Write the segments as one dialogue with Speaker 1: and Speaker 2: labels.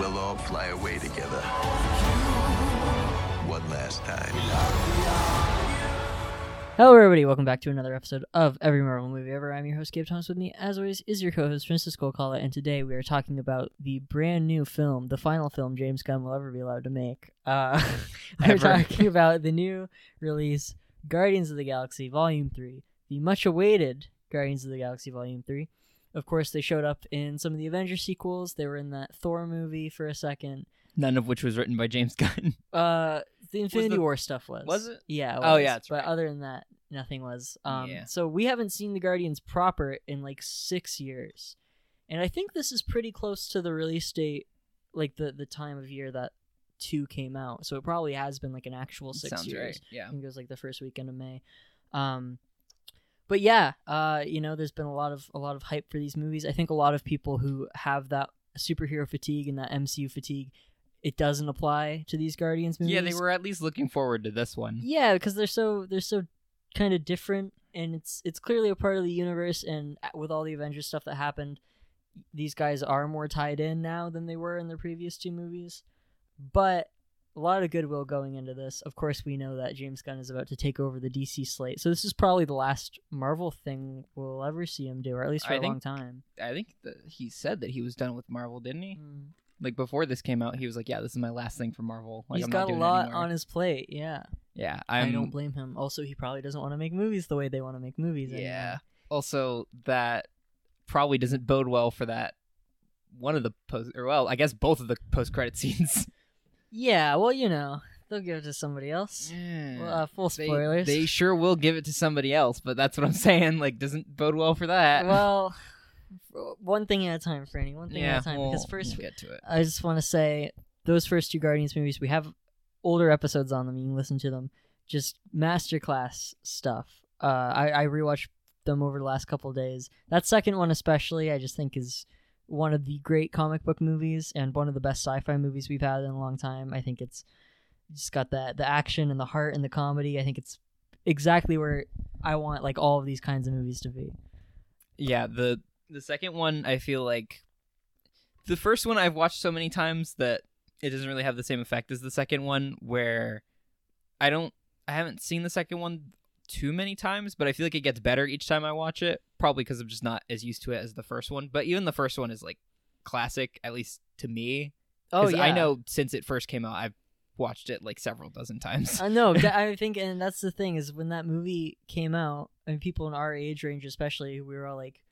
Speaker 1: We'll all fly away together. One last time.
Speaker 2: Hello, everybody. Welcome back to another episode of Every Marvel Movie Ever. I'm your host, Gabe Thomas. With me, as always, is your co-host, Francisco Alcala, and today we are talking about the brand new film, the final film James Gunn will ever be allowed to make. Uh, we're
Speaker 3: Ever.
Speaker 2: talking about the new release, Guardians of the Galaxy Volume Three, the much-awaited Guardians of the Galaxy Volume Three. Of course, they showed up in some of the Avengers sequels. They were in that Thor movie for a second.
Speaker 3: None of which was written by James Gunn.
Speaker 2: Uh, the Infinity
Speaker 3: the-
Speaker 2: War stuff was.
Speaker 3: was it?
Speaker 2: Yeah. It
Speaker 3: Oh,
Speaker 2: was.
Speaker 3: yeah, that's
Speaker 2: But
Speaker 3: right.
Speaker 2: other than that, nothing was. Um,
Speaker 3: Yeah.
Speaker 2: So we haven't seen the Guardians proper in like six years, and I think this is pretty close to the release date, like the the time of year that two came out. So it probably has been like an actual six
Speaker 3: Sounds
Speaker 2: years.
Speaker 3: right. Yeah.
Speaker 2: I think it was like the first weekend of May. Um, but yeah, uh, you know, there's been a lot of a lot of hype for these movies. I think a lot of people who have that superhero fatigue and that MCU fatigue, it doesn't apply to these Guardians movies.
Speaker 3: Yeah, they were at least looking forward to this one.
Speaker 2: Yeah, because they're so they're so kind of different, and it's it's clearly a part of the universe. And uh, with all the Avengers stuff that happened, these guys are more tied in now than they were in the previous two movies. But a lot of goodwill going into this. Of course, we know that James Gunn is about to take over the DC slate, so this is probably the last Marvel thing we'll ever see him do, or at least for
Speaker 3: I
Speaker 2: a long
Speaker 3: think-
Speaker 2: time.
Speaker 3: I think that he said that he was done with Marvel, didn't he?
Speaker 2: Mm.
Speaker 3: Like before this came out, he was like, "Yeah, this is my last thing for Marvel." Like,
Speaker 2: He's
Speaker 3: I'm not
Speaker 2: got a
Speaker 3: doing it
Speaker 2: lot
Speaker 3: anymore."
Speaker 2: on his plate. Yeah,
Speaker 3: Yeah,
Speaker 2: I'm...
Speaker 3: I'm,
Speaker 2: I do not blame him. Also, he probably doesn't want to make movies the way they want to make movies. anymore.
Speaker 3: Yeah. Also, that probably doesn't bode well for that one of the post, or well, I guess both of the post-credit scenes.
Speaker 2: Yeah, well, you know, they'll give it to somebody else. Well,
Speaker 3: Yeah.
Speaker 2: uh, full
Speaker 3: They-
Speaker 2: spoilers.
Speaker 3: They, sure will give it to somebody else, but that's what I'm saying. Like, doesn't bode well for that.
Speaker 2: well, one thing at a time, Franny. One thing
Speaker 3: yeah.
Speaker 2: at a time.
Speaker 3: well,
Speaker 2: because first,
Speaker 3: we'll get to it.
Speaker 2: I just want to say those first two Guardians movies, we have older episodes on them. You can listen to them. Just masterclass stuff. Uh, I, I rewatched them over the last couple days. That second one, especially, I just think is one of the great comic book movies and one of the best sci-fi movies we've had in a long time. I think it's just got that the action and the heart and the comedy. I think it's exactly where I want like all of these kinds of movies to be.
Speaker 3: yeah the the second one i feel like the first one i've watched so many times that it doesn't really have the same effect as the second one where i don't i haven't seen the second one too many times but i feel like it gets better each time i watch it probably because i'm just not as used to it as the first one but even the first one is like classic at least to me
Speaker 2: Oh,
Speaker 3: 'Cause i know since it first came out i've watched it like several dozen times
Speaker 2: I know. that- I think, and that's the thing is when that movie came out, and people in our age range, especially, we were all like,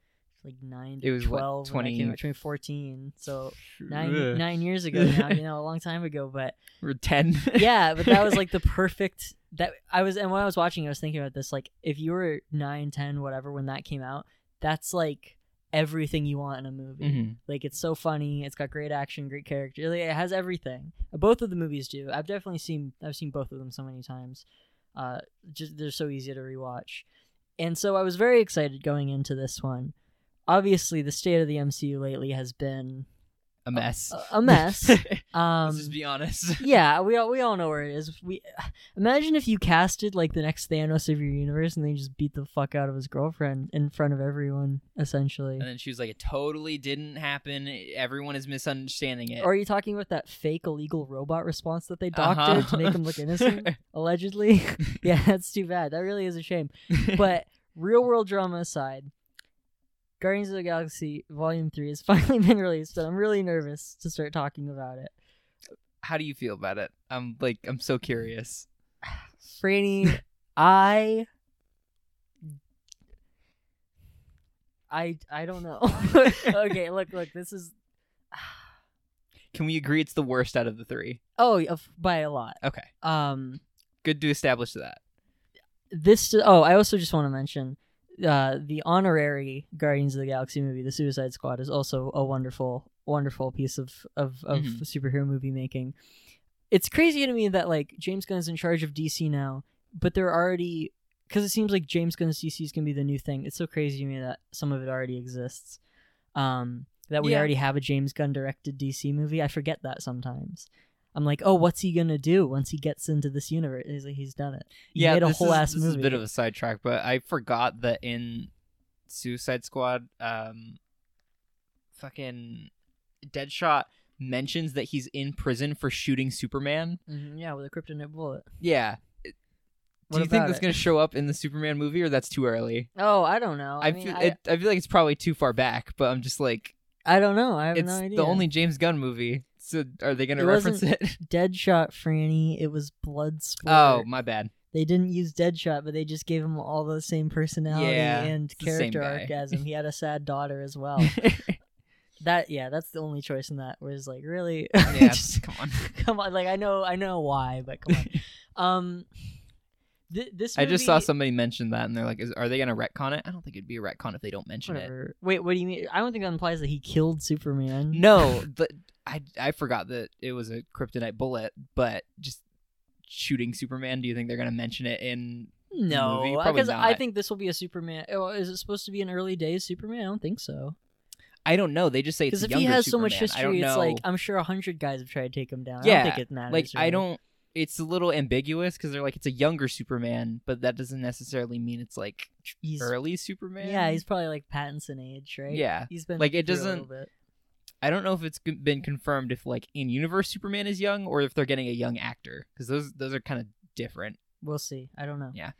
Speaker 2: like nine to
Speaker 3: It was, what,
Speaker 2: twelve,
Speaker 3: 20
Speaker 2: when that came out, 14. So Oh, nine, nine years ago now, you know, a long time ago. But
Speaker 3: or 10
Speaker 2: yeah, but that was like the perfect that I was, and when I was watching, I was thinking about this. Like, if you were nine, ten, whatever, when that came out, that's like everything you want in a movie.
Speaker 3: Mhm.
Speaker 2: Like it's so funny. It's got great action, great character. Like, it has everything. Both of the movies do. I've definitely seen. I've seen both of them so many times. Uh, just they're so easy to rewatch, and so I was very excited going into this one. Obviously, the state of the MCU lately has been
Speaker 3: a mess
Speaker 2: a- a mess. um,
Speaker 3: let's just be honest
Speaker 2: yeah, we all we all know where it is. We imagine if you casted like the next Thanos of your universe, and they just beat the fuck out of his girlfriend in front of everyone, essentially.
Speaker 3: And then she was like, "It totally didn't happen. Everyone is misunderstanding it."
Speaker 2: Or are you talking about that fake illegal robot response that they doctored to
Speaker 3: Uh-huh.
Speaker 2: make him look innocent, allegedly? yeah, that's too bad. That really is a shame. But real world drama aside, Guardians of the Galaxy Volume 3 has finally been released, and I'm really nervous to start talking about it.
Speaker 3: how do you feel about it? I'm like, I'm so curious.
Speaker 2: Franny, I. I, I don't know. okay, look, look, this is.
Speaker 3: Can we agree it's the worst out of the three?
Speaker 2: Oh, of- by a lot.
Speaker 3: Okay,
Speaker 2: Um,
Speaker 3: good to establish that.
Speaker 2: this oh i also just want to mention uh the honorary guardians of the galaxy movie the suicide squad is also a wonderful wonderful piece of of, of
Speaker 3: Mhm.
Speaker 2: superhero movie making it's crazy to me that like james gunn's in charge of dc now but they're already because it seems like james gunn's dc is going to be the new thing it's so crazy to me that some of it already exists um that we
Speaker 3: Yeah.
Speaker 2: already have a james gunn directed dc movie i forget that sometimes i'm like oh what's he gonna do once he gets into this universe he's like he's done it He
Speaker 3: yeah,
Speaker 2: made a
Speaker 3: this
Speaker 2: whole
Speaker 3: is,
Speaker 2: ass
Speaker 3: this is
Speaker 2: movie
Speaker 3: a bit of a sidetrack, but I forgot that in Suicide Squad, um, fucking Deadshot mentions that he's in prison for shooting Superman.
Speaker 2: Mhm, yeah, with a kryptonite bullet.
Speaker 3: Yeah.
Speaker 2: What
Speaker 3: Do you think
Speaker 2: about
Speaker 3: that's
Speaker 2: it?
Speaker 3: going to show up in the Superman movie, or that's too early?
Speaker 2: Oh, I don't know. I,
Speaker 3: I,
Speaker 2: mean,
Speaker 3: feel
Speaker 2: I,
Speaker 3: it, I feel like it's probably too far back, but I'm just like
Speaker 2: I don't know. I have
Speaker 3: it's
Speaker 2: no idea.
Speaker 3: the only James Gunn movie. So are they going to
Speaker 2: It
Speaker 3: reference
Speaker 2: wasn't-
Speaker 3: it?
Speaker 2: Deadshot Franny. It was Bloodsport.
Speaker 3: oh, my bad.
Speaker 2: they didn't use Deadshot, but they just gave him all the same personality
Speaker 3: Yeah,
Speaker 2: and
Speaker 3: the same
Speaker 2: character
Speaker 3: guy.
Speaker 2: arc as him. He had a sad daughter as well. that yeah, that's the only choice in that. Whereas like really,
Speaker 3: yeah,
Speaker 2: Just-
Speaker 3: come on.
Speaker 2: come on, like I know I know why, but come on. um, th- this
Speaker 3: I just saw
Speaker 2: movie-
Speaker 3: somebody mention that, and they're like, is, "Are they going to retcon it?" I don't think it'd be a retcon if they don't mention it.
Speaker 2: Whatever. Wait, what do you mean? I don't think that implies that he killed Superman.
Speaker 3: No, but I I forgot that it was a kryptonite bullet, but just shooting Superman. Do you think they're going to mention it in? movie?
Speaker 2: No,
Speaker 3: Probably
Speaker 2: because I
Speaker 3: not.
Speaker 2: think this will be a Superman. oh, Is it supposed to be an early days Superman? I don't think so.
Speaker 3: I don't know. They just say it's
Speaker 2: Because if
Speaker 3: younger
Speaker 2: he has so
Speaker 3: Superman.
Speaker 2: much
Speaker 3: I don't
Speaker 2: history, it's like
Speaker 3: know.
Speaker 2: I'm sure a hundred guys have tried to take him down. I
Speaker 3: Yeah,
Speaker 2: don't think it matters.
Speaker 3: like I
Speaker 2: really.
Speaker 3: don't. It's a little ambiguous because they're like it's a younger Superman, but that doesn't necessarily mean it's like
Speaker 2: He's,
Speaker 3: early Superman.
Speaker 2: yeah, he's probably like Pattinson age, right?
Speaker 3: Yeah.
Speaker 2: he's been
Speaker 3: Like, it
Speaker 2: through a little
Speaker 3: doesn't-
Speaker 2: bit.
Speaker 3: I don't know if it's g- been confirmed if like in universe Superman is young or if they're getting a young actor because those those are kind of different,
Speaker 2: We'll see. I don't know.
Speaker 3: Yeah,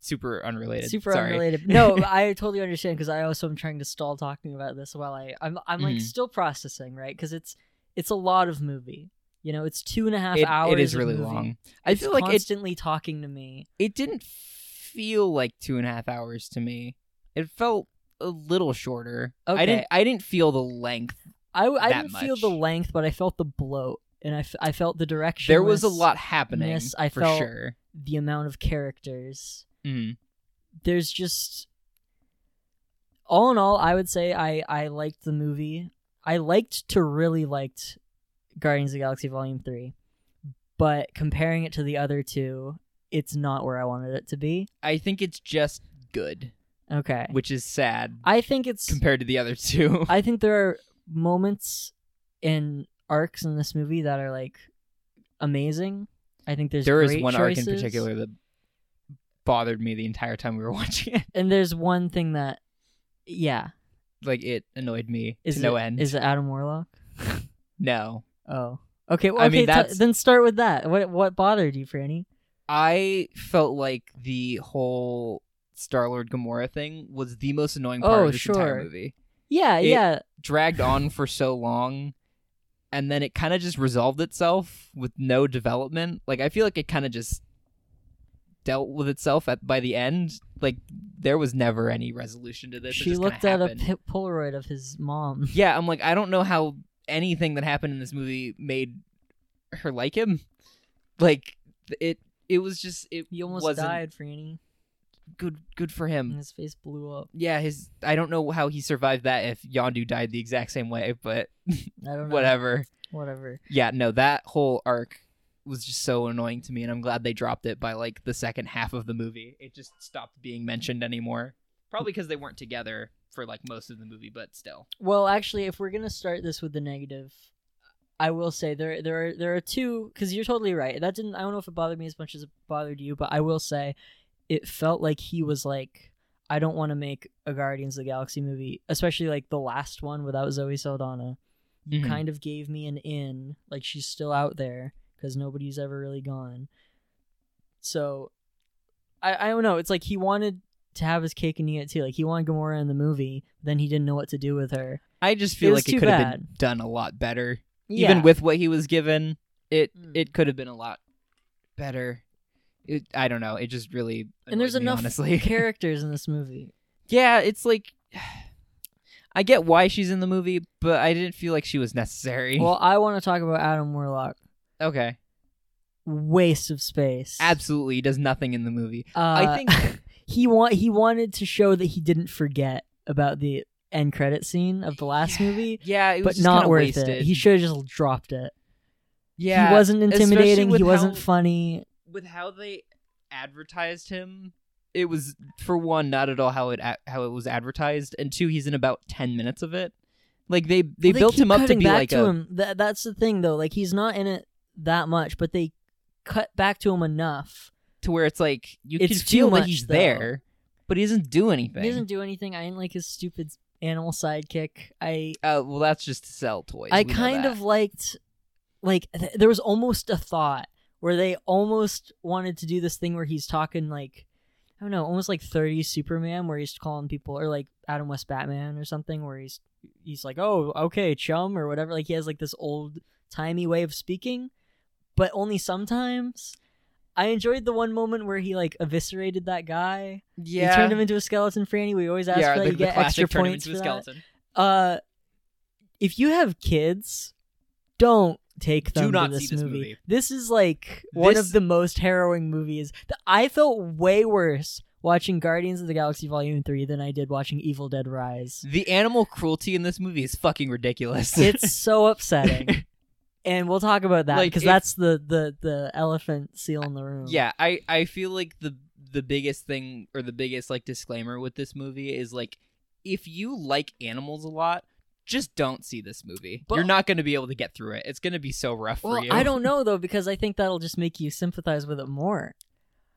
Speaker 3: super unrelated.
Speaker 2: Super
Speaker 3: Sorry.
Speaker 2: unrelated. No, I totally understand because I also am trying to stall talking about this while I I'm I'm like
Speaker 3: Mhm.
Speaker 2: still processing, right? Because it's it's a lot of movie. You know, it's two and a half
Speaker 3: It-
Speaker 2: hours.
Speaker 3: it is
Speaker 2: of
Speaker 3: really
Speaker 2: movie.
Speaker 3: long. I
Speaker 2: It's
Speaker 3: feel like it
Speaker 2: constantly talking to me.
Speaker 3: it didn't feel like two and a half hours to me. It felt a little shorter.
Speaker 2: Okay.
Speaker 3: I didn't I didn't feel the length.
Speaker 2: I, I
Speaker 3: that
Speaker 2: didn't feel the
Speaker 3: much.
Speaker 2: length, but I felt the bloat, and I, f- I felt the direction.
Speaker 3: There was a lot happening
Speaker 2: Yes, I
Speaker 3: for
Speaker 2: felt-
Speaker 3: sure.
Speaker 2: The amount of characters.
Speaker 3: Mm.
Speaker 2: There's just. All in all, I would say I I liked the movie. I liked to really liked Guardians of the Galaxy Volume Three, but comparing it to the other two, it's not where I wanted it to be.
Speaker 3: I think it's just good,
Speaker 2: Okay,
Speaker 3: which is sad
Speaker 2: I think it's
Speaker 3: compared to the other two.
Speaker 2: I think there are moments and arcs in this movie that are like amazing. I think there's
Speaker 3: There is
Speaker 2: great
Speaker 3: one
Speaker 2: choices,
Speaker 3: arc in particular that bothered me the entire time we were watching it.
Speaker 2: and there's one thing that, yeah,
Speaker 3: Like it annoyed me
Speaker 2: is
Speaker 3: to no
Speaker 2: it,
Speaker 3: end.
Speaker 2: Is it Adam Warlock?
Speaker 3: no,
Speaker 2: Oh, okay. Well,
Speaker 3: I
Speaker 2: okay.
Speaker 3: mean,
Speaker 2: t-
Speaker 3: that's-
Speaker 2: then start with that. What what bothered you, Franny?
Speaker 3: I felt like the whole Star Lord Gamora thing was the most annoying part
Speaker 2: Oh,
Speaker 3: of this entire
Speaker 2: sure.
Speaker 3: movie.
Speaker 2: Yeah,
Speaker 3: It-
Speaker 2: yeah.
Speaker 3: Dragged on for so long, and then it kind of just resolved itself with no development. Like I feel like it kind of just dealt with itself at by the end. Like there was never any resolution to this. It
Speaker 2: She
Speaker 3: just kinda
Speaker 2: looked at a
Speaker 3: happened.
Speaker 2: pi Polaroid of his mom.
Speaker 3: yeah, I'm like, I don't know how anything that happened in this movie made her like him. Like th- it, it was just it
Speaker 2: He almost
Speaker 3: wasn't Mm.
Speaker 2: died, Franny.
Speaker 3: good. Good for him.
Speaker 2: And his face blew up.
Speaker 3: Yeah, his. I don't know how he survived that if Yondu died the exact same way, but
Speaker 2: I don't know.
Speaker 3: whatever.
Speaker 2: Whatever.
Speaker 3: Yeah, no, that whole arc was just so annoying to me, and I'm glad they dropped it by like the second half of the movie. It just stopped being mentioned anymore. Probably because they weren't together for like most of the movie, but still.
Speaker 2: Well, actually, if we're gonna start this with the negative, I will say there there are there are two because you're totally right. That didn't I don't know if it bothered me as much as it bothered you, but I will say it felt like he was like I don't want to make a Guardians of the Galaxy movie, especially like the last one without Zoe Saldana. You
Speaker 3: Mhm.
Speaker 2: kind of gave me an in, like she's still out there because nobody's ever really gone. So I I don't know. It's like he wanted to have his cake and eat it too. Like he wanted Gamora in the movie, then he didn't know what to do with her.
Speaker 3: I just
Speaker 2: It
Speaker 3: feel
Speaker 2: was
Speaker 3: like it
Speaker 2: too
Speaker 3: could have been done a lot better. Even
Speaker 2: Yeah.
Speaker 3: with what he was given, it
Speaker 2: Mm.
Speaker 3: it could have been a lot better. It, I don't know. It just really
Speaker 2: and there's
Speaker 3: annoyed me,
Speaker 2: enough
Speaker 3: honestly.
Speaker 2: characters in this movie.
Speaker 3: yeah, it's like I get why she's in the movie, but I didn't feel like she was necessary.
Speaker 2: Well, I want to talk about Adam Warlock.
Speaker 3: okay,
Speaker 2: Waste of space.
Speaker 3: absolutely he does nothing in the movie.
Speaker 2: Uh,
Speaker 3: I think
Speaker 2: he want he wanted to show that he didn't forget about the end credit scene of the last
Speaker 3: Yeah,
Speaker 2: movie,
Speaker 3: yeah, it was
Speaker 2: but
Speaker 3: just
Speaker 2: not
Speaker 3: kinda
Speaker 2: worth
Speaker 3: wasted.
Speaker 2: it. He should have just dropped it.
Speaker 3: yeah,
Speaker 2: he wasn't
Speaker 3: especially
Speaker 2: intimidating.
Speaker 3: with
Speaker 2: He wasn't
Speaker 3: how-
Speaker 2: funny.
Speaker 3: with how they advertised him, it was for one not at all how it a- how it was advertised, and two he's in about ten minutes of it. Like they they,
Speaker 2: Well,
Speaker 3: built
Speaker 2: keep
Speaker 3: him up to
Speaker 2: cutting
Speaker 3: be
Speaker 2: back
Speaker 3: like
Speaker 2: to
Speaker 3: a
Speaker 2: him. Tha- that's the thing, though. Like he's not in it that much, but they cut back to him enough.
Speaker 3: to where it's like you
Speaker 2: It's
Speaker 3: can
Speaker 2: too
Speaker 3: feel that
Speaker 2: much,
Speaker 3: he's
Speaker 2: though.
Speaker 3: there, but he doesn't do anything.
Speaker 2: He doesn't do anything. I didn't like his stupid animal sidekick. I
Speaker 3: Uh, well, that's just to sell toys.
Speaker 2: I
Speaker 3: We know
Speaker 2: kind
Speaker 3: that.
Speaker 2: of liked, like, th- there was almost a thought where they almost wanted to do this thing where he's talking, like, I don't know, almost like 30s Superman, where he's calling people, or like Adam West Batman or something, where he's he's like, oh, okay, chum, or whatever. Like, he has like this old timey way of speaking, but only sometimes. I enjoyed the one moment where he like eviscerated that guy.
Speaker 3: yeah.
Speaker 2: He turned him into a skeleton, Franny. We always ask
Speaker 3: yeah,
Speaker 2: for that.
Speaker 3: the,
Speaker 2: you
Speaker 3: the
Speaker 2: get
Speaker 3: classic
Speaker 2: extra
Speaker 3: turn him
Speaker 2: points
Speaker 3: into a
Speaker 2: for that
Speaker 3: skeleton.
Speaker 2: uh if you have kids don't take
Speaker 3: Do
Speaker 2: them
Speaker 3: not
Speaker 2: to this,
Speaker 3: see this
Speaker 2: movie.
Speaker 3: movie.
Speaker 2: this is like one
Speaker 3: This-
Speaker 2: of the most harrowing movies Th- i felt way worse watching guardians of the galaxy volume 3 than i did watching evil dead rise
Speaker 3: The animal cruelty in this movie is fucking ridiculous.
Speaker 2: it's so upsetting and we'll talk about that
Speaker 3: Like,
Speaker 2: because
Speaker 3: if-
Speaker 2: that's the, the the elephant seal in the room
Speaker 3: yeah, I I feel like the the biggest thing or the biggest like disclaimer with this movie is like if you like animals a lot, just don't see this movie.
Speaker 2: But-
Speaker 3: You're not going to be able to get through it. It's going to be so rough
Speaker 2: well
Speaker 3: for you.
Speaker 2: i don't know though because i think that'll just make you sympathize with it more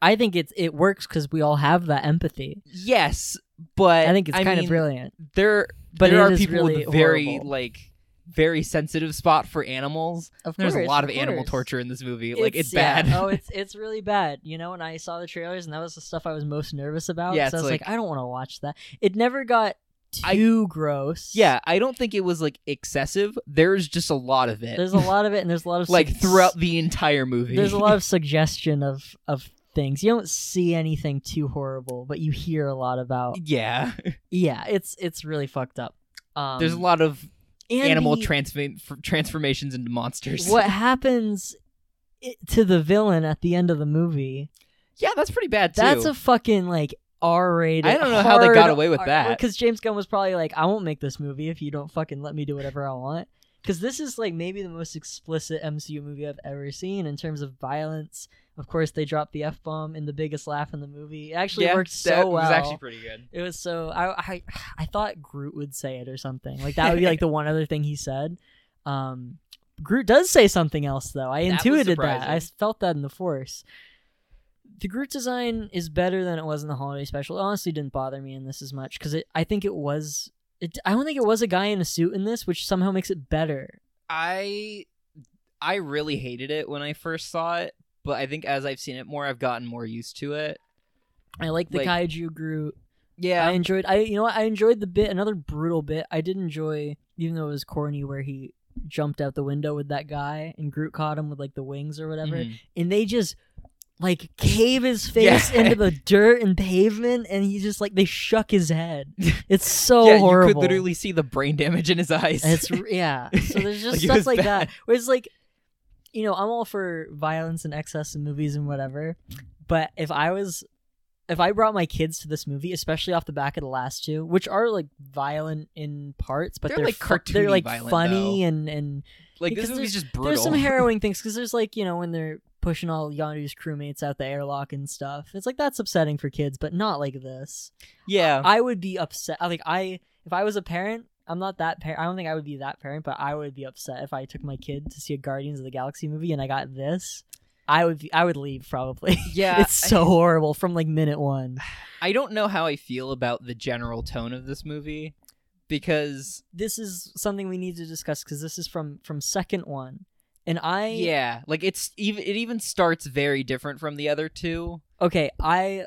Speaker 2: i think it's it works because we all have that empathy
Speaker 3: Yes, but
Speaker 2: i think it's kind
Speaker 3: mean,
Speaker 2: of brilliant
Speaker 3: There
Speaker 2: But
Speaker 3: there
Speaker 2: it
Speaker 3: are
Speaker 2: is
Speaker 3: people
Speaker 2: really
Speaker 3: with a very
Speaker 2: horrible.
Speaker 3: like very sensitive spot for animals.
Speaker 2: Of
Speaker 3: There's
Speaker 2: course,
Speaker 3: a lot of animal
Speaker 2: course.
Speaker 3: torture in this movie. like it's
Speaker 2: yeah.
Speaker 3: bad.
Speaker 2: oh, it's it's really bad. You know, and I saw the trailers, and that was the stuff I was most nervous about.
Speaker 3: Yeah,
Speaker 2: so I was
Speaker 3: it's
Speaker 2: like,
Speaker 3: like-
Speaker 2: I don't want to watch that. It never got
Speaker 3: I-
Speaker 2: too gross.
Speaker 3: yeah, I don't think it was like excessive. There's just a lot of it.
Speaker 2: there's a lot of it, and there's a lot of
Speaker 3: like
Speaker 2: sug-
Speaker 3: throughout the entire movie.
Speaker 2: There's a lot of suggestion of of things. You don't see anything too horrible, but you hear a lot about.
Speaker 3: yeah.
Speaker 2: Yeah, it's it's really fucked up. Um,
Speaker 3: There's a lot of
Speaker 2: and
Speaker 3: animal
Speaker 2: the-
Speaker 3: transform transformations into monsters.
Speaker 2: What happens i- to the villain at the end of the movie?
Speaker 3: Yeah, that's pretty bad too.
Speaker 2: That's a fucking like R rated.
Speaker 3: I don't know how they got away with that.
Speaker 2: Because James Gunn was probably like, I won't make this movie if you don't fucking let me do whatever I want. Because this is like maybe the most explicit MCU movie I've ever seen in terms of violence. Of course, they dropped the f bomb in the biggest laugh in the movie. It actually
Speaker 3: yeah,
Speaker 2: worked so
Speaker 3: that
Speaker 2: well.
Speaker 3: was actually pretty good.
Speaker 2: It was so I, I I thought Groot would say it or something. Like that would be like the one other thing he said. Um Groot does say something else though. I
Speaker 3: That was
Speaker 2: intuited that. I
Speaker 3: surprising.
Speaker 2: felt that in the force. The Groot design is better than it was in the holiday special. It honestly didn't bother me in this as much because I think it was. It, I don't think it was a guy in a suit in this, which somehow makes it better.
Speaker 3: I I really hated it when I first saw it, but I think as I've seen it more, I've gotten more used to it.
Speaker 2: I like the
Speaker 3: Like-
Speaker 2: kaiju Groot. I
Speaker 3: Yeah,
Speaker 2: enjoyed. I you know what? I enjoyed the bit. Another brutal bit. I did enjoy, even though it was corny, where he jumped out the window with that guy and Groot caught him with like the wings or whatever,
Speaker 3: Mhm.
Speaker 2: and they just like cave his face
Speaker 3: Yeah.
Speaker 2: into the dirt and pavement, and he just like they shuck his head. It's so
Speaker 3: yeah,
Speaker 2: horrible.
Speaker 3: you could literally see the brain damage in his eyes.
Speaker 2: And it's yeah. So there's just
Speaker 3: Like, it
Speaker 2: stuff
Speaker 3: was
Speaker 2: like
Speaker 3: bad.
Speaker 2: that. Where it's like, you know, I'm all for violence and excess in movies and whatever, but if I was, if I brought my kids to this movie, especially off the back of the last two, which are like violent in parts, but
Speaker 3: They're,
Speaker 2: they're,
Speaker 3: like,
Speaker 2: fu-
Speaker 3: cartoony
Speaker 2: they're like
Speaker 3: violent,
Speaker 2: funny and and
Speaker 3: like this
Speaker 2: because
Speaker 3: movie's just brutal.
Speaker 2: there's some harrowing things because there's like you know when they're pushing all Yondu's crewmates out the airlock and stuff. It's like that's upsetting for kids, but not like this.
Speaker 3: yeah,
Speaker 2: I would be upset. I- Like I, if I was a parent, I'm not that parent. I don't think I would be that parent, but I would be upset if I took my kid to see a Guardians of the Galaxy movie and I got this. I would, be, I would leave probably.
Speaker 3: yeah.
Speaker 2: it's so horrible from like minute one.
Speaker 3: I don't know how I feel about the general tone of this movie because
Speaker 2: This is something we need to discuss because this is from from second one, and I,
Speaker 3: yeah, like it's even it even starts very different from the other two.
Speaker 2: okay, I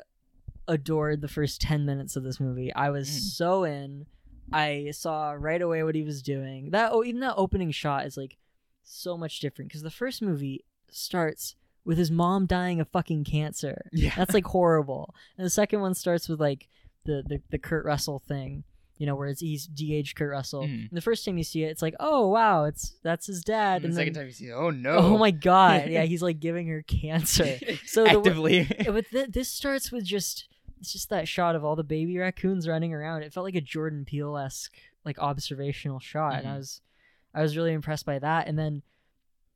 Speaker 2: adored the first 10 minutes of this movie. I was
Speaker 3: Mm.
Speaker 2: so in. I saw right away what he was doing. That oh, even that opening shot is like so much different cuz the first movie starts with his mom dying of fucking cancer.
Speaker 3: Yeah.
Speaker 2: That's like horrible. And the second one starts with like the the, the Kurt Russell thing, you know, where it's he's DH Kurt Russell.
Speaker 3: Mhm.
Speaker 2: And the first time you see it, it's like, "Oh, wow, it's that's his dad."
Speaker 3: and the second
Speaker 2: then-
Speaker 3: time you see, oh no,
Speaker 2: Oh my god. Yeah, he's like giving her cancer. So the, wa-
Speaker 3: actively.
Speaker 2: yeah, but th- this starts with just it's just that shot of all the baby raccoons running around. It felt like a Jordan Peele esque like observational shot, and
Speaker 3: Mhm.
Speaker 2: I was I was really impressed by that. And then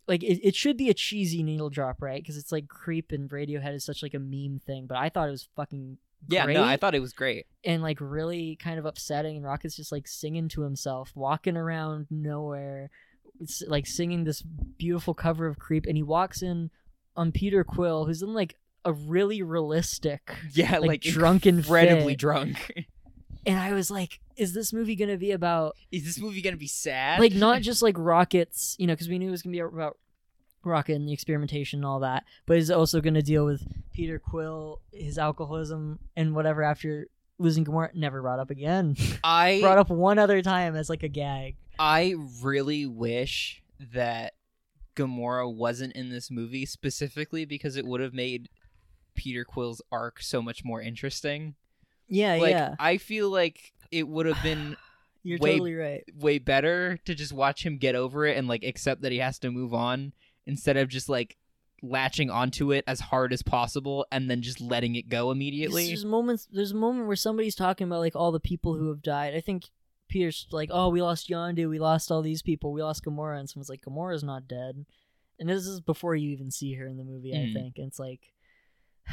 Speaker 2: like it, it should be a cheesy needle drop, right? Because it's like creep and Radiohead is such like a meme thing, but I thought it was fucking
Speaker 3: yeah,
Speaker 2: great
Speaker 3: no, I thought it was great.
Speaker 2: and like really kind of upsetting. And Rocket's just like singing to himself, walking around nowhere, s- like singing this beautiful cover of Creep. And he walks in on Peter Quill, who's in like a really realistic
Speaker 3: Yeah,
Speaker 2: Like,
Speaker 3: like,
Speaker 2: drunken
Speaker 3: incredibly
Speaker 2: fit.
Speaker 3: drunk.
Speaker 2: and I was like, is this movie gonna be about
Speaker 3: Is this movie gonna be sad?
Speaker 2: like not just like rockets, you know, because we knew it was gonna be about rocket and the experimentation and all that, but is it also gonna deal with Peter Quill, his alcoholism, and whatever after losing Gamora? Never brought up again.
Speaker 3: I
Speaker 2: brought up one other time as like a gag.
Speaker 3: I really wish that Gamora wasn't in this movie specifically because it would have made Peter Quill's arc so much more interesting.
Speaker 2: Yeah,
Speaker 3: like
Speaker 2: Uh, yeah,
Speaker 3: I feel like it would have been
Speaker 2: you're
Speaker 3: way-
Speaker 2: totally right.
Speaker 3: way better to just watch him get over it and like accept that he has to move on instead of just like latching onto it as hard as possible and then just letting it go
Speaker 2: Because
Speaker 3: immediately.
Speaker 2: There's moments. There's a moment where somebody's talking about like all the people who have died. I think Peter's like, "Oh, we lost Yondu. We lost all these people. We lost Gamora." And someone's like, "Gamora's not dead." And this is before you even see her in the movie.
Speaker 3: Mm.
Speaker 2: I think and it's like,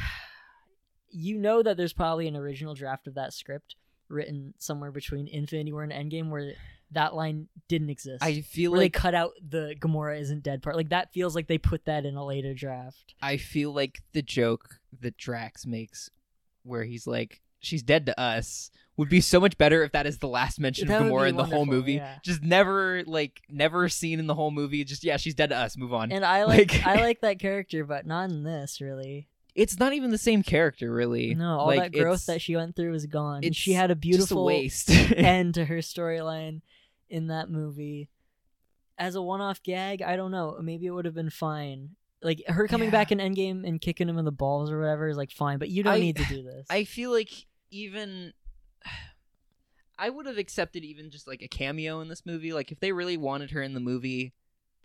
Speaker 2: you know that there's probably an original draft of that script written somewhere between Infinity War and Endgame where that line didn't exist.
Speaker 3: I feel
Speaker 2: where
Speaker 3: like
Speaker 2: they cut out the Gamora isn't dead part. Like that feels like they put that in a later draft.
Speaker 3: I feel like the joke that Drax makes, where he's like, "She's dead to us," would be so much better if that is the last mention
Speaker 2: That
Speaker 3: of
Speaker 2: would
Speaker 3: Gamora
Speaker 2: be
Speaker 3: in the whole
Speaker 2: wonderful,
Speaker 3: movie.
Speaker 2: yeah.
Speaker 3: Just never like never seen in the whole movie. Just yeah, she's dead to us. Move on.
Speaker 2: And I like,
Speaker 3: Like-
Speaker 2: I like that character, but not in this really.
Speaker 3: it's not even the same character, really.
Speaker 2: No, all
Speaker 3: Like,
Speaker 2: that growth
Speaker 3: it's
Speaker 2: that she went through is gone. And she
Speaker 3: it's
Speaker 2: had a
Speaker 3: just a
Speaker 2: beautiful
Speaker 3: waste.
Speaker 2: end to her storyline in that movie. As a one-off gag, I don't know. Maybe it would have been fine. Like her coming
Speaker 3: Yeah.
Speaker 2: back in Endgame and kicking him in the balls or whatever is like fine, but you don't
Speaker 3: I-
Speaker 2: need to do this.
Speaker 3: I feel like even I would have accepted even just like a cameo in this movie. Like if they really wanted her in the movie,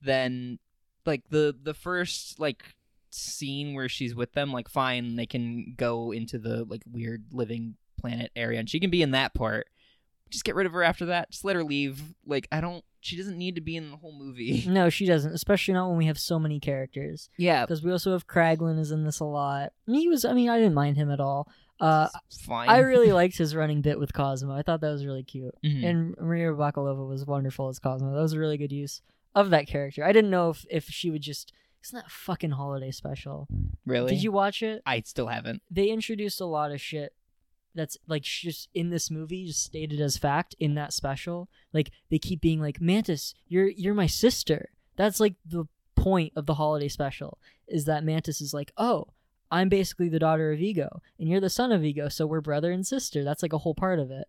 Speaker 3: then like the the first like scene where she's with them, like fine, they can go into the like weird living planet area and she can be in that part. Just get rid of her after that. Just let her leave. Like I don't she doesn't need to be in the whole movie.
Speaker 2: no, she doesn't. Especially not when we have so many characters.
Speaker 3: Yeah.
Speaker 2: Because we also have Kraglin is in this a lot. And he was. I mean, I didn't mind him at all. Uh,
Speaker 3: it's fine.
Speaker 2: I really liked his running bit with Cosmo. I thought that was really cute.
Speaker 3: Mhm.
Speaker 2: and Maria Bakalova was wonderful as Cosmo. That was a really good use of that character. I didn't know if, if she would just. Isn't that fucking holiday special?
Speaker 3: really
Speaker 2: Did you watch it?
Speaker 3: I still haven't.
Speaker 2: They introduced a lot of shit that's like sh- just in this movie, just stated as fact in that special. Like they keep being like, Mantis, you're you're my sister. That's like the point of the holiday special is that Mantis is like, oh, I'm basically the daughter of Ego, and you're the son of Ego, so we're brother and sister. That's like a whole part of it.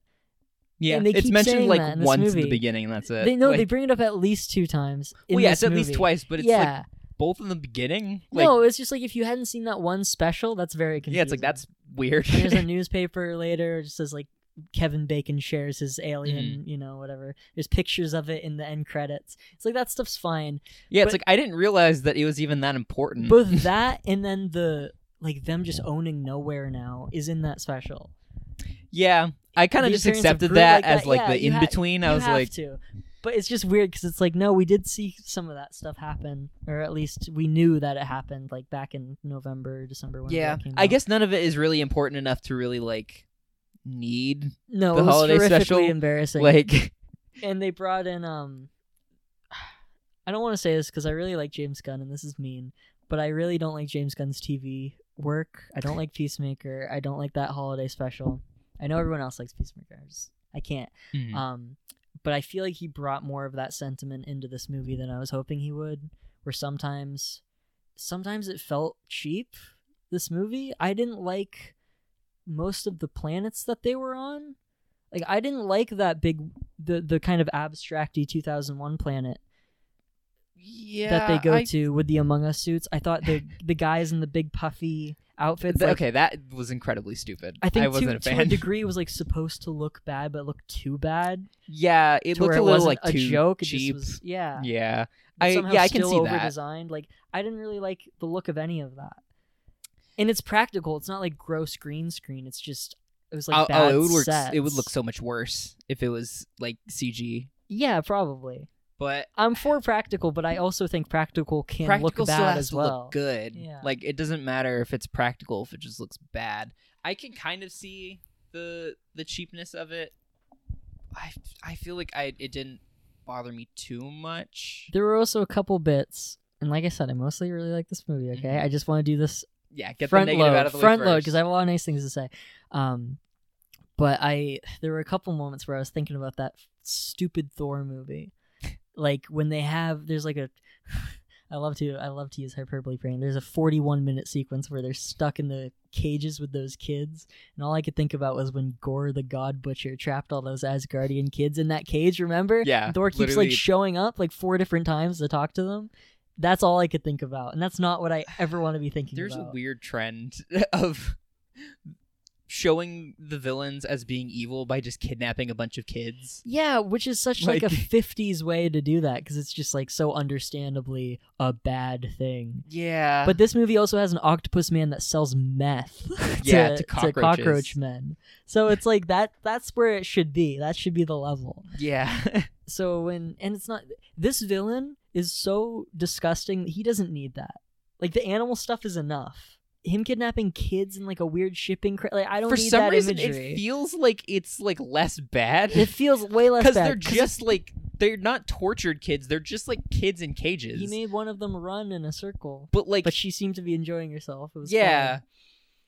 Speaker 3: Yeah,
Speaker 2: And they
Speaker 3: it's
Speaker 2: keep
Speaker 3: mentioned
Speaker 2: saying
Speaker 3: like
Speaker 2: that in this
Speaker 3: once at the
Speaker 2: movie.
Speaker 3: beginning. And that's it.
Speaker 2: They no,
Speaker 3: Like-
Speaker 2: they bring it up at least two times. in
Speaker 3: well, yeah,
Speaker 2: this
Speaker 3: it's at least
Speaker 2: movie.
Speaker 3: twice, but it's like
Speaker 2: yeah,
Speaker 3: both in the beginning. Like,
Speaker 2: no, it's just like if you hadn't seen that one special, that's very confusing.
Speaker 3: yeah, it's like that's weird.
Speaker 2: And there's a newspaper later. It just says like Kevin Bacon shares his alien,
Speaker 3: Mm-hmm.
Speaker 2: you know, whatever. There's pictures of it in the end credits. It's like that stuff's fine.
Speaker 3: yeah, it's
Speaker 2: but-
Speaker 3: like I didn't realize that it was even that important.
Speaker 2: Both that and then the like them just owning nowhere now is in that special.
Speaker 3: yeah, I kind
Speaker 2: The
Speaker 3: of just
Speaker 2: appearance of
Speaker 3: accepted
Speaker 2: Groot
Speaker 3: that
Speaker 2: like that,
Speaker 3: as like
Speaker 2: yeah,
Speaker 3: the
Speaker 2: you
Speaker 3: in
Speaker 2: ha-
Speaker 3: between. I
Speaker 2: You
Speaker 3: was
Speaker 2: have
Speaker 3: like,
Speaker 2: to. But it's just weird because it's like, no, we did see some of that stuff happen, or at least we knew that it happened, like back in November, December. When
Speaker 3: yeah,
Speaker 2: came
Speaker 3: I
Speaker 2: out.
Speaker 3: guess none of it is really important enough to really like need
Speaker 2: no,
Speaker 3: the
Speaker 2: it was
Speaker 3: holiday
Speaker 2: horrifically
Speaker 3: special,
Speaker 2: embarrassing.
Speaker 3: like
Speaker 2: and they brought in um, I don't want to say this because I really like James Gunn, and this is mean, but I really don't like James Gunn's TV work. I don't like Peacemaker. I don't like that holiday special. I know everyone else likes Peacemaker. I, just, I can't.
Speaker 3: mm,
Speaker 2: Um, but I feel like he brought more of that sentiment into this movie than I was hoping he would. Where sometimes, sometimes it felt cheap. This movie, I didn't like most of the planets that they were on. Like I didn't like that big, the the kind of abstracty 2001 planet
Speaker 3: yeah.
Speaker 2: that they go
Speaker 3: I-
Speaker 2: to with the Among Us suits. I thought the the guys in the big puffy outfits.
Speaker 3: th-
Speaker 2: like,
Speaker 3: okay, that was incredibly stupid.
Speaker 2: I think
Speaker 3: wasn't
Speaker 2: to,
Speaker 3: a
Speaker 2: to a
Speaker 3: fan.
Speaker 2: degree it was like supposed to look bad, but look too bad.
Speaker 3: yeah, it
Speaker 2: to
Speaker 3: looked
Speaker 2: where
Speaker 3: a little
Speaker 2: wasn't
Speaker 3: like too
Speaker 2: a joke. It just
Speaker 3: cheap.
Speaker 2: was- uh, yeah.
Speaker 3: yeah,
Speaker 2: but
Speaker 3: I-
Speaker 2: somehow
Speaker 3: yeah, I can
Speaker 2: still
Speaker 3: see that.
Speaker 2: overdesigned. Like I didn't really like the look of any of that. And it's practical. It's not like gross green screen. It's just it was like
Speaker 3: Oh,
Speaker 2: bad
Speaker 3: oh, it would work.
Speaker 2: sets.
Speaker 3: It would look so much worse if it was like CG.
Speaker 2: yeah, probably.
Speaker 3: But
Speaker 2: I'm for practical, but I also think practical can
Speaker 3: practical
Speaker 2: look bad
Speaker 3: still has
Speaker 2: as
Speaker 3: to
Speaker 2: well.
Speaker 3: look good.
Speaker 2: Yeah.
Speaker 3: Like it doesn't matter if it's practical if it just looks bad. I can kind of see the the cheapness of it. I I feel like I it didn't bother me too much.
Speaker 2: There were also a couple bits, and like I said, I mostly really like this movie. Okay,
Speaker 3: Mhm.
Speaker 2: I just want to do this
Speaker 3: Yeah, get
Speaker 2: front
Speaker 3: the negative
Speaker 2: load,
Speaker 3: out of the
Speaker 2: front
Speaker 3: way
Speaker 2: load,
Speaker 3: first.
Speaker 2: because I have a lot of nice things to say. Um, but I there were a couple moments where I was thinking about that stupid Thor movie, like when they have there's like a. I love to I love to use hyperbole brain. There's a 41 minute sequence where they're stuck in the cages with those kids, and all I could think about was when Gore the God Butcher trapped all those Asgardian kids in that cage. Remember?
Speaker 3: Yeah,
Speaker 2: And Thor keeps
Speaker 3: literally.
Speaker 2: like showing up like four different times to talk to them. That's all I could think about, and that's not what I ever want to be thinking
Speaker 3: There's
Speaker 2: about.
Speaker 3: a weird trend of showing the villains as being evil by just kidnapping a bunch of kids.
Speaker 2: Yeah, which is such like,
Speaker 3: Like-
Speaker 2: a 50s way to do that because it's just like so understandably a bad thing.
Speaker 3: Yeah.
Speaker 2: But this movie also has an octopus man that sells meth to,
Speaker 3: Yeah, to
Speaker 2: cockroach
Speaker 3: cockroaches.
Speaker 2: men. So it's like that that's where it should be. That should be the level.
Speaker 3: yeah.
Speaker 2: So when and it's not this villain is so disgusting that he doesn't need that. Like the animal stuff is enough. Him kidnapping kids in like a weird shipping cra- like I don't
Speaker 3: For
Speaker 2: need
Speaker 3: some
Speaker 2: that
Speaker 3: reason
Speaker 2: imagery.
Speaker 3: it feels like it's like less bad.
Speaker 2: it feels way less
Speaker 3: Because
Speaker 2: bad
Speaker 3: they're just like they're not tortured kids, they're just like kids in cages.
Speaker 2: he made one of them run in a circle.
Speaker 3: but like
Speaker 2: but she seemed to be enjoying herself. It was
Speaker 3: Yeah.
Speaker 2: fun.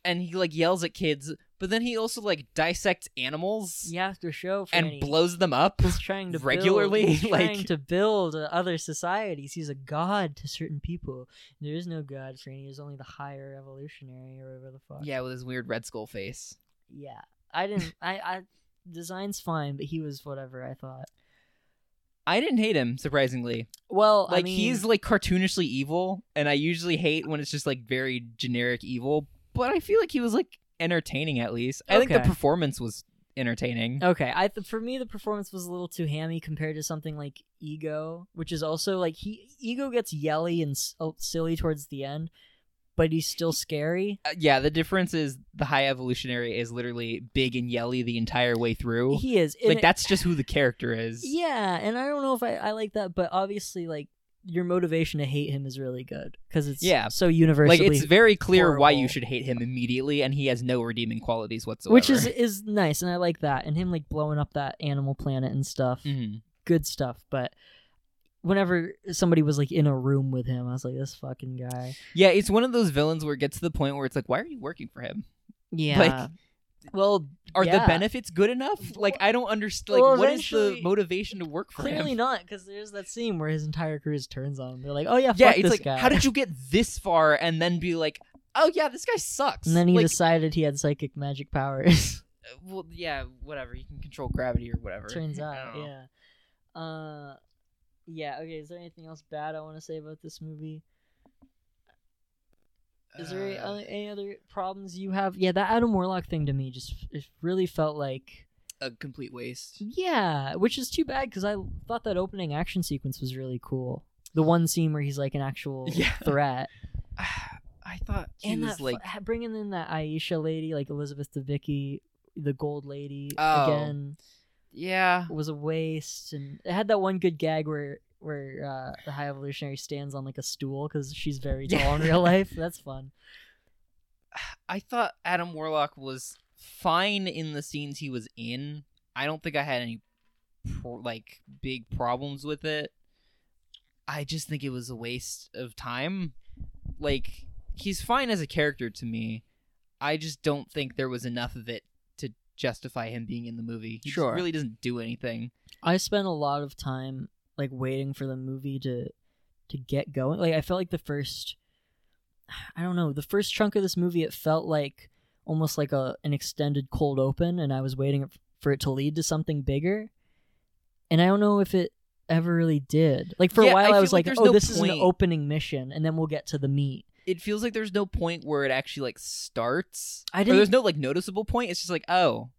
Speaker 3: And he like yells at kids, but then he also like dissects animals
Speaker 2: the after show
Speaker 3: and
Speaker 2: Franny
Speaker 3: blows them up.
Speaker 2: was trying to
Speaker 3: regularly,
Speaker 2: build, he's trying
Speaker 3: like-
Speaker 2: to build uh, other societies. He's a god to certain people. There is no god, Franny. There's only the higher evolutionary or whatever the fuck.
Speaker 3: Yeah, with his weird red skull face.
Speaker 2: yeah. I didn't. I, I design's fine, but he was whatever I thought.
Speaker 3: I didn't hate him, surprisingly.
Speaker 2: Well, I
Speaker 3: Like
Speaker 2: mean,
Speaker 3: he's like cartoonishly evil, and I usually hate when it's just like very generic evil. But I feel like he was like entertaining at least. I think
Speaker 2: Okay.
Speaker 3: the performance was entertaining.
Speaker 2: Okay, I th- for me the performance was a little too hammy compared to something like Ego, which is also like he Ego gets yelly and s- oh, silly towards the end, but he's still scary.
Speaker 3: Uh, yeah, the difference is the high evolutionary is literally big and yelly the entire way through.
Speaker 2: He is and
Speaker 3: like
Speaker 2: it-
Speaker 3: that's just who the character is.
Speaker 2: Yeah, and I don't know if I, I like that, but obviously like your motivation to hate him is really good because it's
Speaker 3: Yeah.
Speaker 2: so
Speaker 3: Like
Speaker 2: universally
Speaker 3: it's very clear why you
Speaker 2: horrible.
Speaker 3: should hate him immediately, and he has no redeeming qualities whatsoever.
Speaker 2: which is is nice and I like that and him like blowing up that animal planet and stuff.
Speaker 3: Mhm.
Speaker 2: Good stuff, but whenever somebody was like in a room with him, I was like this fucking guy.
Speaker 3: yeah, it's one of those villains where it gets to the point where it's like, why are you working for him?
Speaker 2: Yeah.
Speaker 3: Well, are
Speaker 2: yeah.
Speaker 3: the benefits good enough? Like I don't understand. Like
Speaker 2: Well,
Speaker 3: what is the
Speaker 2: eventually-
Speaker 3: motivation to work for
Speaker 2: Clearly
Speaker 3: him?
Speaker 2: not, because there's that scene where his entire career turns on him. They're like, "Oh yeah,
Speaker 3: yeah,
Speaker 2: fuck
Speaker 3: it's
Speaker 2: this
Speaker 3: like
Speaker 2: guy."
Speaker 3: how did you get this far and then be like, oh yeah, this guy sucks.
Speaker 2: and then he
Speaker 3: like,
Speaker 2: decided he had psychic magic powers.
Speaker 3: uh, well, yeah, whatever. He can control gravity or whatever.
Speaker 2: turns
Speaker 3: I
Speaker 2: out,
Speaker 3: don't know.
Speaker 2: yeah. Uh, yeah. Okay. Is there anything else bad I want to say about this movie? Is there any,
Speaker 3: Uh,
Speaker 2: other- any other problems you have? Yeah, that Adam Warlock thing to me just it really felt like
Speaker 3: a complete waste?
Speaker 2: yeah, which is too bad because I thought that opening action sequence was really cool. The one scene where he's like an actual
Speaker 3: Yeah.
Speaker 2: threat,
Speaker 3: I thought he
Speaker 2: and
Speaker 3: was
Speaker 2: that,
Speaker 3: like.
Speaker 2: like bringing in that Aisha lady, like Elizabeth Debicki, the gold lady
Speaker 3: Oh.
Speaker 2: again.
Speaker 3: yeah,
Speaker 2: was a waste and it had that one good gag where where uh, the high evolutionary stands on like a stool because she's very tall in real life that's fun
Speaker 3: I thought Adam Warlock was fine in the scenes he was in. I don't think I had any pro- like big problems with it. I just think it was a waste of time. Like he's fine as a character to me. I just don't think there was enough of it to justify him being in the movie. He just
Speaker 2: Sure.
Speaker 3: really doesn't do anything.
Speaker 2: i spent a lot of time like waiting for the movie to to get going like i felt like the first i don't know the first chunk of this movie it felt like almost like a an extended cold open and i was waiting for it to lead to something bigger and i don't know if it ever really did like for a
Speaker 3: Yeah, I
Speaker 2: while i,
Speaker 3: feel
Speaker 2: was
Speaker 3: like
Speaker 2: like
Speaker 3: there's
Speaker 2: oh
Speaker 3: no
Speaker 2: this is an
Speaker 3: point.
Speaker 2: opening mission and then we'll get to the meat
Speaker 3: It feels like there's no point where it actually like starts.
Speaker 2: I
Speaker 3: Or
Speaker 2: didn't-
Speaker 3: there's no like noticeable point. It's just like, oh,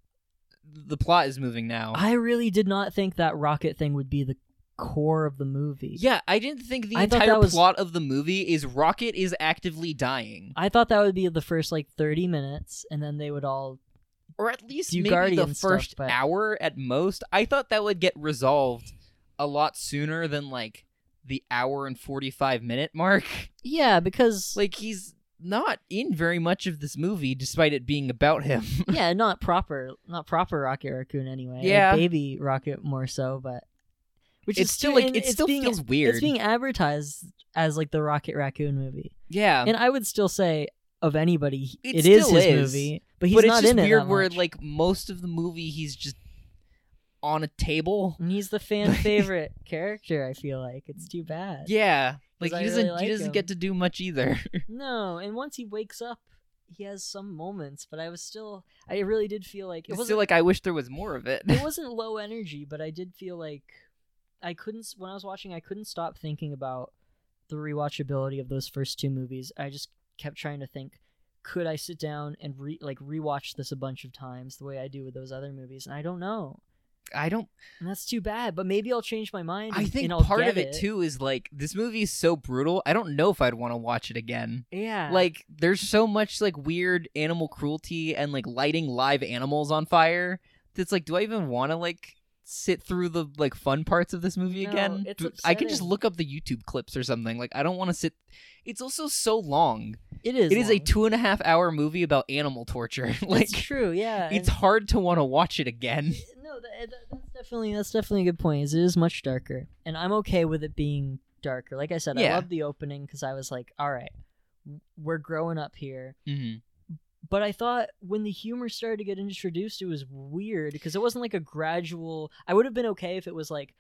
Speaker 3: the plot is moving now.
Speaker 2: I really did not think that rocket thing would be the core of the movie.
Speaker 3: Yeah, I didn't think the
Speaker 2: I thought
Speaker 3: entire
Speaker 2: that was-
Speaker 3: plot of the movie is Rocket is actively dying,
Speaker 2: I thought that would be the first like 30 minutes and then they would all
Speaker 3: or at least
Speaker 2: Do
Speaker 3: maybe
Speaker 2: Guardian
Speaker 3: the
Speaker 2: stuff,
Speaker 3: first
Speaker 2: but-
Speaker 3: hour at most. I thought that would get resolved a lot sooner than like the hour and forty five minute mark.
Speaker 2: Yeah, because
Speaker 3: Like he's not in very much of this movie, despite it being about him.
Speaker 2: yeah, not proper not proper Rocket Raccoon anyway. Like,
Speaker 3: Yeah.
Speaker 2: baby Rocket more so, but which
Speaker 3: it's
Speaker 2: is
Speaker 3: still
Speaker 2: too-
Speaker 3: like
Speaker 2: and
Speaker 3: it still
Speaker 2: being,
Speaker 3: feels weird.
Speaker 2: It's being advertised as like the Rocket Raccoon movie.
Speaker 3: yeah,
Speaker 2: and I would still say of anybody.
Speaker 3: It
Speaker 2: it is
Speaker 3: still
Speaker 2: his
Speaker 3: is,
Speaker 2: movie, but he's
Speaker 3: but it's
Speaker 2: not
Speaker 3: just
Speaker 2: in it
Speaker 3: weird
Speaker 2: that
Speaker 3: where
Speaker 2: much.
Speaker 3: like most of the movie he's just on a table.
Speaker 2: And he's the fan favorite character. I feel like it's too bad.
Speaker 3: Yeah. Like
Speaker 2: I
Speaker 3: he
Speaker 2: really
Speaker 3: doesn't
Speaker 2: like
Speaker 3: he doesn't
Speaker 2: him.
Speaker 3: get to do much either.
Speaker 2: No, and once he wakes up, he has some moments. But I was still, I really did feel like it
Speaker 3: It's
Speaker 2: wasn't.
Speaker 3: still like I wish there was more of it.
Speaker 2: it wasn't low energy, but I did feel like I couldn't s- when I was watching. I couldn't stop thinking about the rewatchability of those first two movies. I just kept trying to think, could I sit down and re like rewatch this a bunch of times the way I do with those other movies? And I don't know,
Speaker 3: I don't
Speaker 2: and that's too bad. But maybe I'll change my mind.
Speaker 3: I
Speaker 2: and-
Speaker 3: think
Speaker 2: and I'll
Speaker 3: part
Speaker 2: get
Speaker 3: of it, too is like this movie is so brutal. I don't know if I'd want to watch it again.
Speaker 2: Yeah,
Speaker 3: Like there's so much like weird animal cruelty and like lighting live animals on fire. That's like do I even want to like sit through the like fun parts of this movie
Speaker 2: No,
Speaker 3: again?
Speaker 2: it's
Speaker 3: Do- I can just
Speaker 2: upsetting.
Speaker 3: look up the YouTube clips or something. Like I don't want to sit It's also so long.
Speaker 2: it is.
Speaker 3: It is a
Speaker 2: long.
Speaker 3: two and a half hour movie about animal torture. like
Speaker 2: It's true. Yeah,
Speaker 3: it's
Speaker 2: and-
Speaker 3: hard to want to watch it again.
Speaker 2: no, that, that- that's definitely that's definitely a good point. Is it is much darker, and I'm okay with it being darker. Like I said, I
Speaker 3: Yeah.
Speaker 2: love the opening because I was like, all right, w- we're growing up here.
Speaker 3: Mm-hmm.
Speaker 2: But I thought when the humor started to get introduced, it was weird because it wasn't like a gradual. I would have been okay if it was like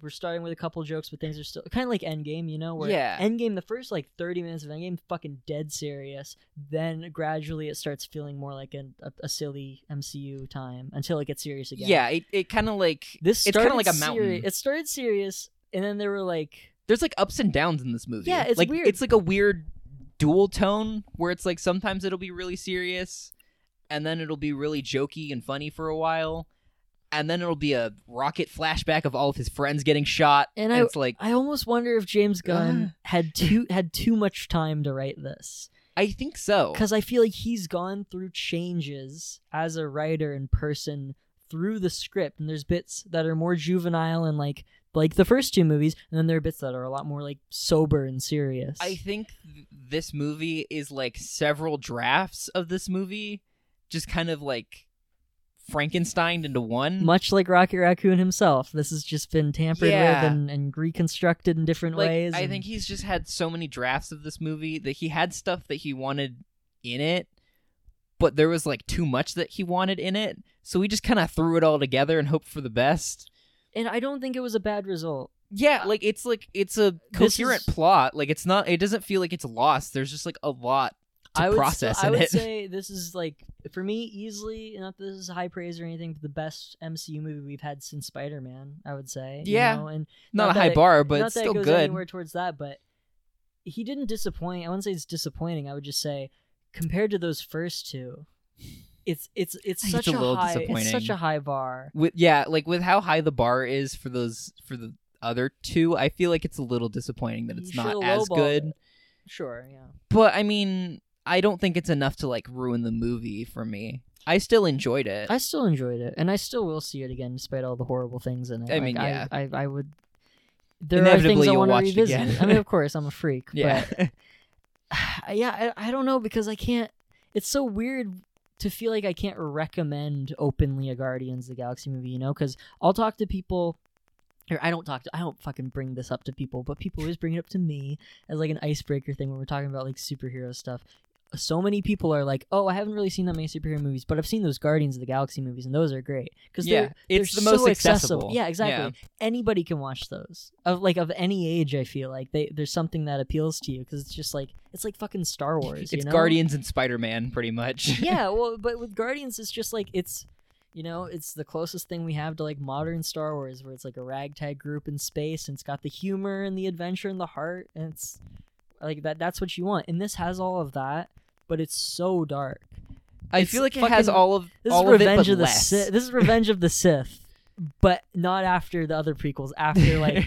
Speaker 2: we're starting with a couple jokes, but things are still kind of like Endgame, you know? Where
Speaker 3: Yeah.
Speaker 2: Endgame, the first like 30 minutes of Endgame, fucking dead serious. Then gradually it starts feeling more like an, a, a silly MCU time until it gets serious again.
Speaker 3: Yeah, it, it kind of like
Speaker 2: This
Speaker 3: It's kinda
Speaker 2: started
Speaker 3: like a
Speaker 2: seri-
Speaker 3: mountain.
Speaker 2: it started serious, and then there were like,
Speaker 3: there's like ups and downs in this movie.
Speaker 2: Yeah, it's
Speaker 3: like
Speaker 2: weird.
Speaker 3: it's like a weird dual tone where it's like sometimes it'll be really serious and then it'll be really jokey and funny for a while and then it'll be a rocket flashback of all of his friends getting shot
Speaker 2: And
Speaker 3: and,
Speaker 2: I-
Speaker 3: it's like
Speaker 2: I almost wonder if James Gunn had too had too much time to write this
Speaker 3: I think so.
Speaker 2: because I feel like he's gone through changes as a writer and person through the script, and there's bits that are more juvenile and like like the first two movies, and then there are bits that are a lot more like sober and serious.
Speaker 3: I think th- this movie is like several drafts of this movie just kind of like Frankenstein into one.
Speaker 2: much like Rocket Raccoon himself, this has just been tampered
Speaker 3: Yeah.
Speaker 2: with and, and reconstructed in different
Speaker 3: like,
Speaker 2: ways.
Speaker 3: I
Speaker 2: and-
Speaker 3: think he's just had so many drafts of this movie that he had stuff that he wanted in it, but there was like too much that he wanted in it, so he just kind of threw it all together and hoped for the best.
Speaker 2: and I don't think it was a bad result.
Speaker 3: Yeah, like it's like it's a
Speaker 2: This
Speaker 3: coherent
Speaker 2: is-
Speaker 3: plot. Like it's not. It doesn't feel like it's lost. There's just like a lot to
Speaker 2: I would
Speaker 3: process
Speaker 2: Still, I
Speaker 3: in
Speaker 2: would
Speaker 3: it.
Speaker 2: say this is like for me easily. Not that this is high praise or anything, but the best MCU movie we've had since Spider Man. I would say. you
Speaker 3: Yeah.
Speaker 2: know, and
Speaker 3: not,
Speaker 2: not
Speaker 3: a
Speaker 2: that
Speaker 3: high
Speaker 2: it-
Speaker 3: bar, but
Speaker 2: not
Speaker 3: it's
Speaker 2: that
Speaker 3: still
Speaker 2: it goes
Speaker 3: good.
Speaker 2: anywhere towards that, but he didn't disappoint. I wouldn't say it's disappointing. I would just say compared to those first two, it's it's it's
Speaker 3: It's
Speaker 2: such
Speaker 3: a little
Speaker 2: high it's such
Speaker 3: disappointing.
Speaker 2: a high bar.
Speaker 3: With yeah, like with how high the bar is for those for the other two, I feel like it's a little disappointing that
Speaker 2: You
Speaker 3: it's
Speaker 2: shoulda
Speaker 3: not as
Speaker 2: lowballed
Speaker 3: good.
Speaker 2: it. Sure, yeah.
Speaker 3: But I mean, I don't think it's enough to like ruin the movie for me. I still enjoyed it.
Speaker 2: I still enjoyed it, and I still will see it again despite all the horrible things in it.
Speaker 3: I mean,
Speaker 2: Like,
Speaker 3: yeah.
Speaker 2: I, I, I would. There
Speaker 3: Inevitably,
Speaker 2: are things I
Speaker 3: you'll
Speaker 2: want to
Speaker 3: watch it
Speaker 2: revisit.
Speaker 3: again.
Speaker 2: I mean, of course, I'm a freak.
Speaker 3: yeah.
Speaker 2: but, yeah. I, I don't know because I can't. It's so weird to feel like I can't recommend openly a Guardians of the Galaxy movie. You know, because I'll talk to people. Or I don't talk to I don't fucking bring this up to people, but people always bring it up to me as like an icebreaker thing when we're talking about like superhero stuff so many people are like, "Oh, I haven't really seen that many superhero movies, but I've seen those Guardians of the Galaxy movies, and those are great because
Speaker 3: Yeah,
Speaker 2: they're
Speaker 3: it's
Speaker 2: they're
Speaker 3: the most
Speaker 2: so
Speaker 3: accessible.
Speaker 2: Yeah, exactly. Anybody can watch those of like of any age. I feel like they there's something that appeals to you because it's just like it's like fucking Star Wars.
Speaker 3: It's
Speaker 2: you know?
Speaker 3: Guardians and Spider Man, pretty much.
Speaker 2: yeah, well, but with Guardians, it's just like it's. You know, it's the closest thing we have to like modern Star Wars, where it's like a ragtag group in space, and it's got the humor and the adventure and the heart, and it's like that. That's what you want, and this has all of that, but it's so dark.
Speaker 3: I
Speaker 2: It's
Speaker 3: feel like it has
Speaker 2: fucking-
Speaker 3: all of
Speaker 2: This
Speaker 3: all
Speaker 2: is Revenge
Speaker 3: of it, but
Speaker 2: of the
Speaker 3: less.
Speaker 2: Sith. This is Revenge of the Sith, but not after the other prequels. After like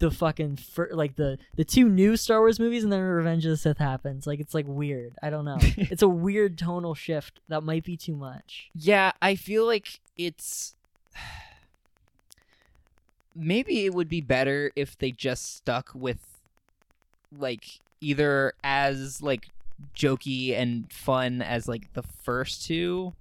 Speaker 2: the fucking fir- like the the two new Star Wars movies, and then Revenge of the Sith happens. Like it's like weird. I don't know. it's a weird tonal shift that might be too much.
Speaker 3: yeah, I feel like it's maybe it would be better if they just stuck with like either as like jokey and fun as like the first two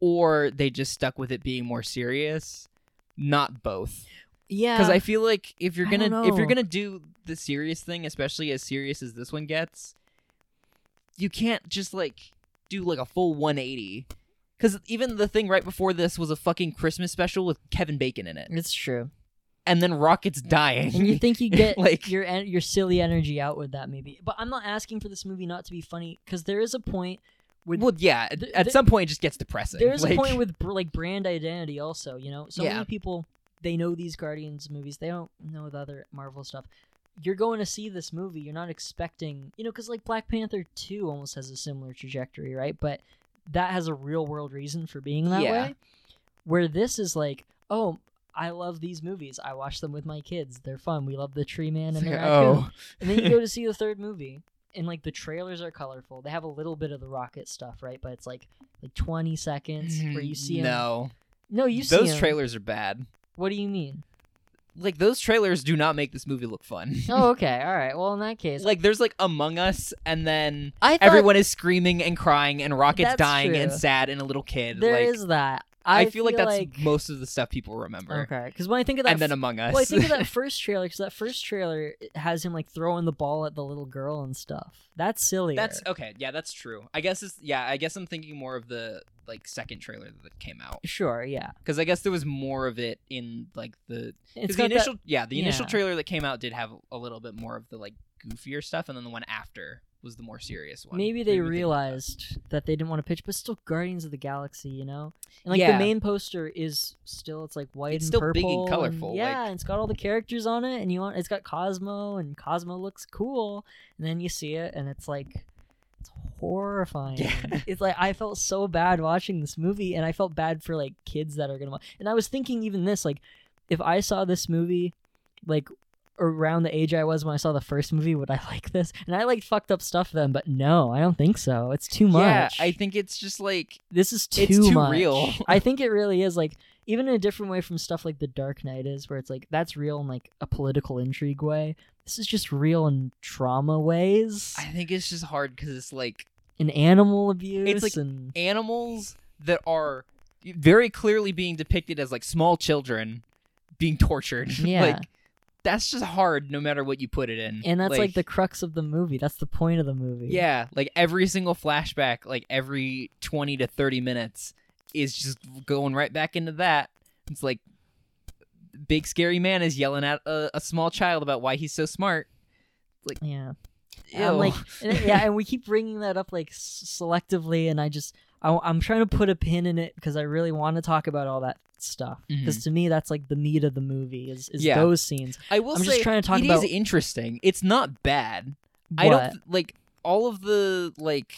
Speaker 3: or they just stuck with it being more serious not both
Speaker 2: Yeah,
Speaker 3: because i feel like if you're
Speaker 2: Oh. I don't
Speaker 3: gonna if you're
Speaker 2: know.
Speaker 3: gonna do the serious thing especially as serious as this one gets you can't just like do like a full 180 because even the thing right before this was a fucking Christmas special with Kevin Bacon in it,
Speaker 2: It's true.
Speaker 3: and then Rocket's dying.
Speaker 2: And you think you get
Speaker 3: Like-
Speaker 2: like your en- your silly energy out with that maybe. But I'm not asking for this movie not to be funny cuz there is a point with
Speaker 3: well, yeah. At
Speaker 2: Th-
Speaker 3: at
Speaker 2: th-
Speaker 3: some point, it just gets depressing.
Speaker 2: there is
Speaker 3: like,
Speaker 2: a point with br- like brand identity also, you know. So
Speaker 3: Yeah.
Speaker 2: many people they know these Guardians movies. They don't know the other Marvel stuff. You're going to see this movie. You're not expecting, you know, cuz like Black Panther 2 almost has a similar trajectory, right? But that has a real world reason for being that
Speaker 3: Yeah.
Speaker 2: way. Where this is like, oh, I love these movies. I watch them with my kids. They're fun. We love the Tree Man and the raccoon.
Speaker 3: oh,
Speaker 2: And then you go to see the third movie, and like the trailers are colorful. They have a little bit of the rocket stuff, right? But it's like like twenty seconds where you see him.
Speaker 3: Mm, no,
Speaker 2: no, you see
Speaker 3: those
Speaker 2: him.
Speaker 3: trailers are bad.
Speaker 2: What do you mean?
Speaker 3: Like those trailers do not make this movie look fun.
Speaker 2: Oh, okay, all right. Well, in that case,
Speaker 3: like there's like Among Us, and then
Speaker 2: I thought
Speaker 3: everyone is screaming and crying, and Rocket's
Speaker 2: That's
Speaker 3: dying and
Speaker 2: true.
Speaker 3: sad, and a little kid.
Speaker 2: there
Speaker 3: like,
Speaker 2: is that. I,
Speaker 3: I, feel like that's most of the stuff people remember.
Speaker 2: okay. Because when I think of that,
Speaker 3: And then Among Us.
Speaker 2: well, I think of that first trailer because that first trailer it has him like throwing the ball at the little girl and stuff. That's silly.
Speaker 3: That's okay. Yeah, that's true. I guess it's yeah. I guess I'm thinking more of the like second trailer that came out
Speaker 2: sure, yeah.
Speaker 3: because I guess there was more of it in like the
Speaker 2: It's
Speaker 3: because the
Speaker 2: got that-
Speaker 3: initial yeah the initial
Speaker 2: yeah.
Speaker 3: trailer that came out did have a little bit more of the like goofier stuff, and then the one after was the more serious one.
Speaker 2: Maybe they
Speaker 3: we can-
Speaker 2: realized that they didn't want to pitch, but still Guardians of the Galaxy, you know? And like the
Speaker 3: Yeah.
Speaker 2: main poster is still it's like white
Speaker 3: It's
Speaker 2: and
Speaker 3: still
Speaker 2: purple.
Speaker 3: big and colorful,
Speaker 2: And, yeah,
Speaker 3: like-
Speaker 2: and it's got all the characters on it and you want it's got Cosmo and Cosmo looks cool. And then you see it and it's like it's horrifying.
Speaker 3: Yeah.
Speaker 2: It's like I felt so bad watching this movie and I felt bad for like kids that are gonna watch and I was thinking even this, like, if I saw this movie like around the age I was when I saw the first movie, would I like this? And I like fucked up stuff then, but no, I don't think so. It's too much.
Speaker 3: Yeah, I think it's just like
Speaker 2: this is too,
Speaker 3: it's too
Speaker 2: much.
Speaker 3: real.
Speaker 2: I think it really is like even in a different way from stuff like The Dark Knight is, where it's like that's real in like a political intrigue way. This is just real in trauma ways,
Speaker 3: I think it's just hard because it's like
Speaker 2: in animal abuse,
Speaker 3: like-
Speaker 2: and
Speaker 3: animals that are very clearly being depicted as like small children being tortured.
Speaker 2: Yeah.
Speaker 3: like that's just hard no matter what you put it in.
Speaker 2: and that's like, the crux of the movie. That's the point of the movie.
Speaker 3: Yeah, like every single flashback, like every 20 to 30 minutes is just going right back into that. It's like big scary man is yelling at a, a small child about why he's so smart.
Speaker 2: yeah.
Speaker 3: Ew.
Speaker 2: And I'm like, and it- yeah, and we keep bringing that up like s- selectively, and I just I, am trying to put a pin in it because I really want to talk about all that stuff because to me that's like the meat of the movie is, is
Speaker 3: Mm-hmm. Yeah.
Speaker 2: those scenes.
Speaker 3: I will
Speaker 2: I'm
Speaker 3: say
Speaker 2: just trying to talk
Speaker 3: it
Speaker 2: about-
Speaker 3: is interesting. It's not bad. I don't
Speaker 2: But
Speaker 3: th- like all of the like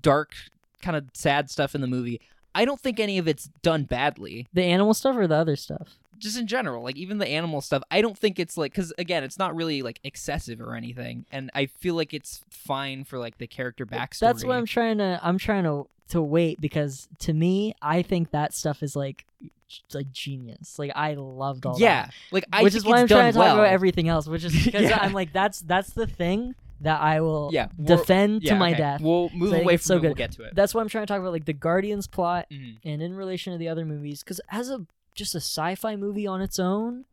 Speaker 3: dark kind of sad stuff in the movie. I don't think any of it's done badly.
Speaker 2: the animal stuff or the other stuff.
Speaker 3: Just in general, like even the animal stuff, I don't think it's like cuz again, it's not really like excessive or anything and I feel like it's fine for like the character backstory.
Speaker 2: That's what I'm trying to I'm trying to to wait because to me I think that stuff is like g- like genius. Like I loved all that.
Speaker 3: Yeah. Like I
Speaker 2: which is
Speaker 3: think
Speaker 2: why
Speaker 3: it's
Speaker 2: I'm trying
Speaker 3: done
Speaker 2: to talk
Speaker 3: well.
Speaker 2: about everything else, which is because
Speaker 3: Yeah.
Speaker 2: I'm like that's that's the thing that I will
Speaker 3: Yeah, we're-
Speaker 2: defend
Speaker 3: yeah,
Speaker 2: to my
Speaker 3: okay.
Speaker 2: death.
Speaker 3: We'll move
Speaker 2: So I think
Speaker 3: away from
Speaker 2: it's so
Speaker 3: it. We'll
Speaker 2: good.
Speaker 3: get to it.
Speaker 2: That's why I'm trying to talk about like the Guardians plot
Speaker 3: Mhm.
Speaker 2: and in relation to the other movies because as a just a sci-fi movie on its own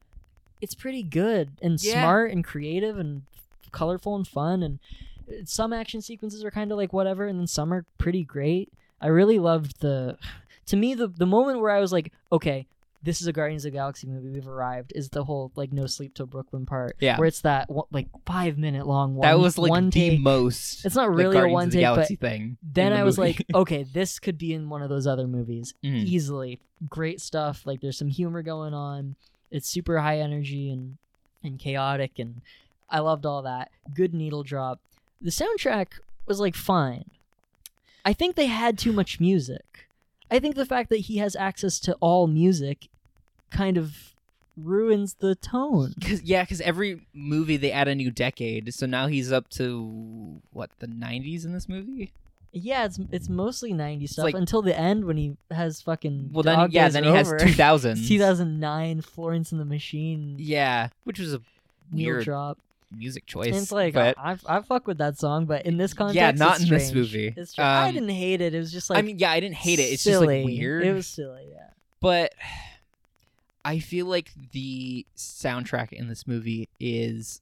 Speaker 2: it's pretty good and
Speaker 3: Yeah.
Speaker 2: smart and creative and colorful and fun and uh, some action sequences are kind of like whatever and then some are pretty great i really loved the to me the, the moment where i was like okay this is a guardians of the galaxy movie we've arrived is the whole like no sleep till brooklyn part
Speaker 3: Yeah.
Speaker 2: where it's that one, like five minute long one
Speaker 3: That was like
Speaker 2: one
Speaker 3: the
Speaker 2: take
Speaker 3: most
Speaker 2: it's not
Speaker 3: like,
Speaker 2: really a
Speaker 3: Guardians
Speaker 2: one
Speaker 3: of the
Speaker 2: take but
Speaker 3: Galaxy thing.
Speaker 2: then
Speaker 3: in the
Speaker 2: I was
Speaker 3: movie.
Speaker 2: like, okay, this could be in one of those other movies
Speaker 3: Mhm.
Speaker 2: easily. Great stuff. Like there's some humor going on. It's super high energy and and chaotic and I loved all that. Good needle drop. The soundtrack was like fine. I think they had too much music. I think the fact that he has access to all music kind of ruins the tone.
Speaker 3: Cause yeah, because every movie they add a new decade, so now he's up to what the '90s in this movie.
Speaker 2: Yeah, it's it's mostly 90s stuff
Speaker 3: like-
Speaker 2: until the end when he has fucking
Speaker 3: Well, then
Speaker 2: Mm, Dog
Speaker 3: yeah,
Speaker 2: Days
Speaker 3: then
Speaker 2: Are
Speaker 3: he has
Speaker 2: Over.
Speaker 3: 2000s.
Speaker 2: 2009 Florence and the Machine
Speaker 3: Yeah, which was a
Speaker 2: needle
Speaker 3: weird
Speaker 2: drop.
Speaker 3: music choice.
Speaker 2: And it's like
Speaker 3: but,
Speaker 2: I, I fuck with that song, but in this context,
Speaker 3: not
Speaker 2: it's
Speaker 3: in this
Speaker 2: strange.
Speaker 3: movie.
Speaker 2: It's strange. I
Speaker 3: Um,
Speaker 2: didn't hate it. It was just like
Speaker 3: I mean, yeah, I didn't hate it. It's
Speaker 2: silly.
Speaker 3: just like weird.
Speaker 2: It was silly. Yeah.
Speaker 3: but I feel like the soundtrack in this movie is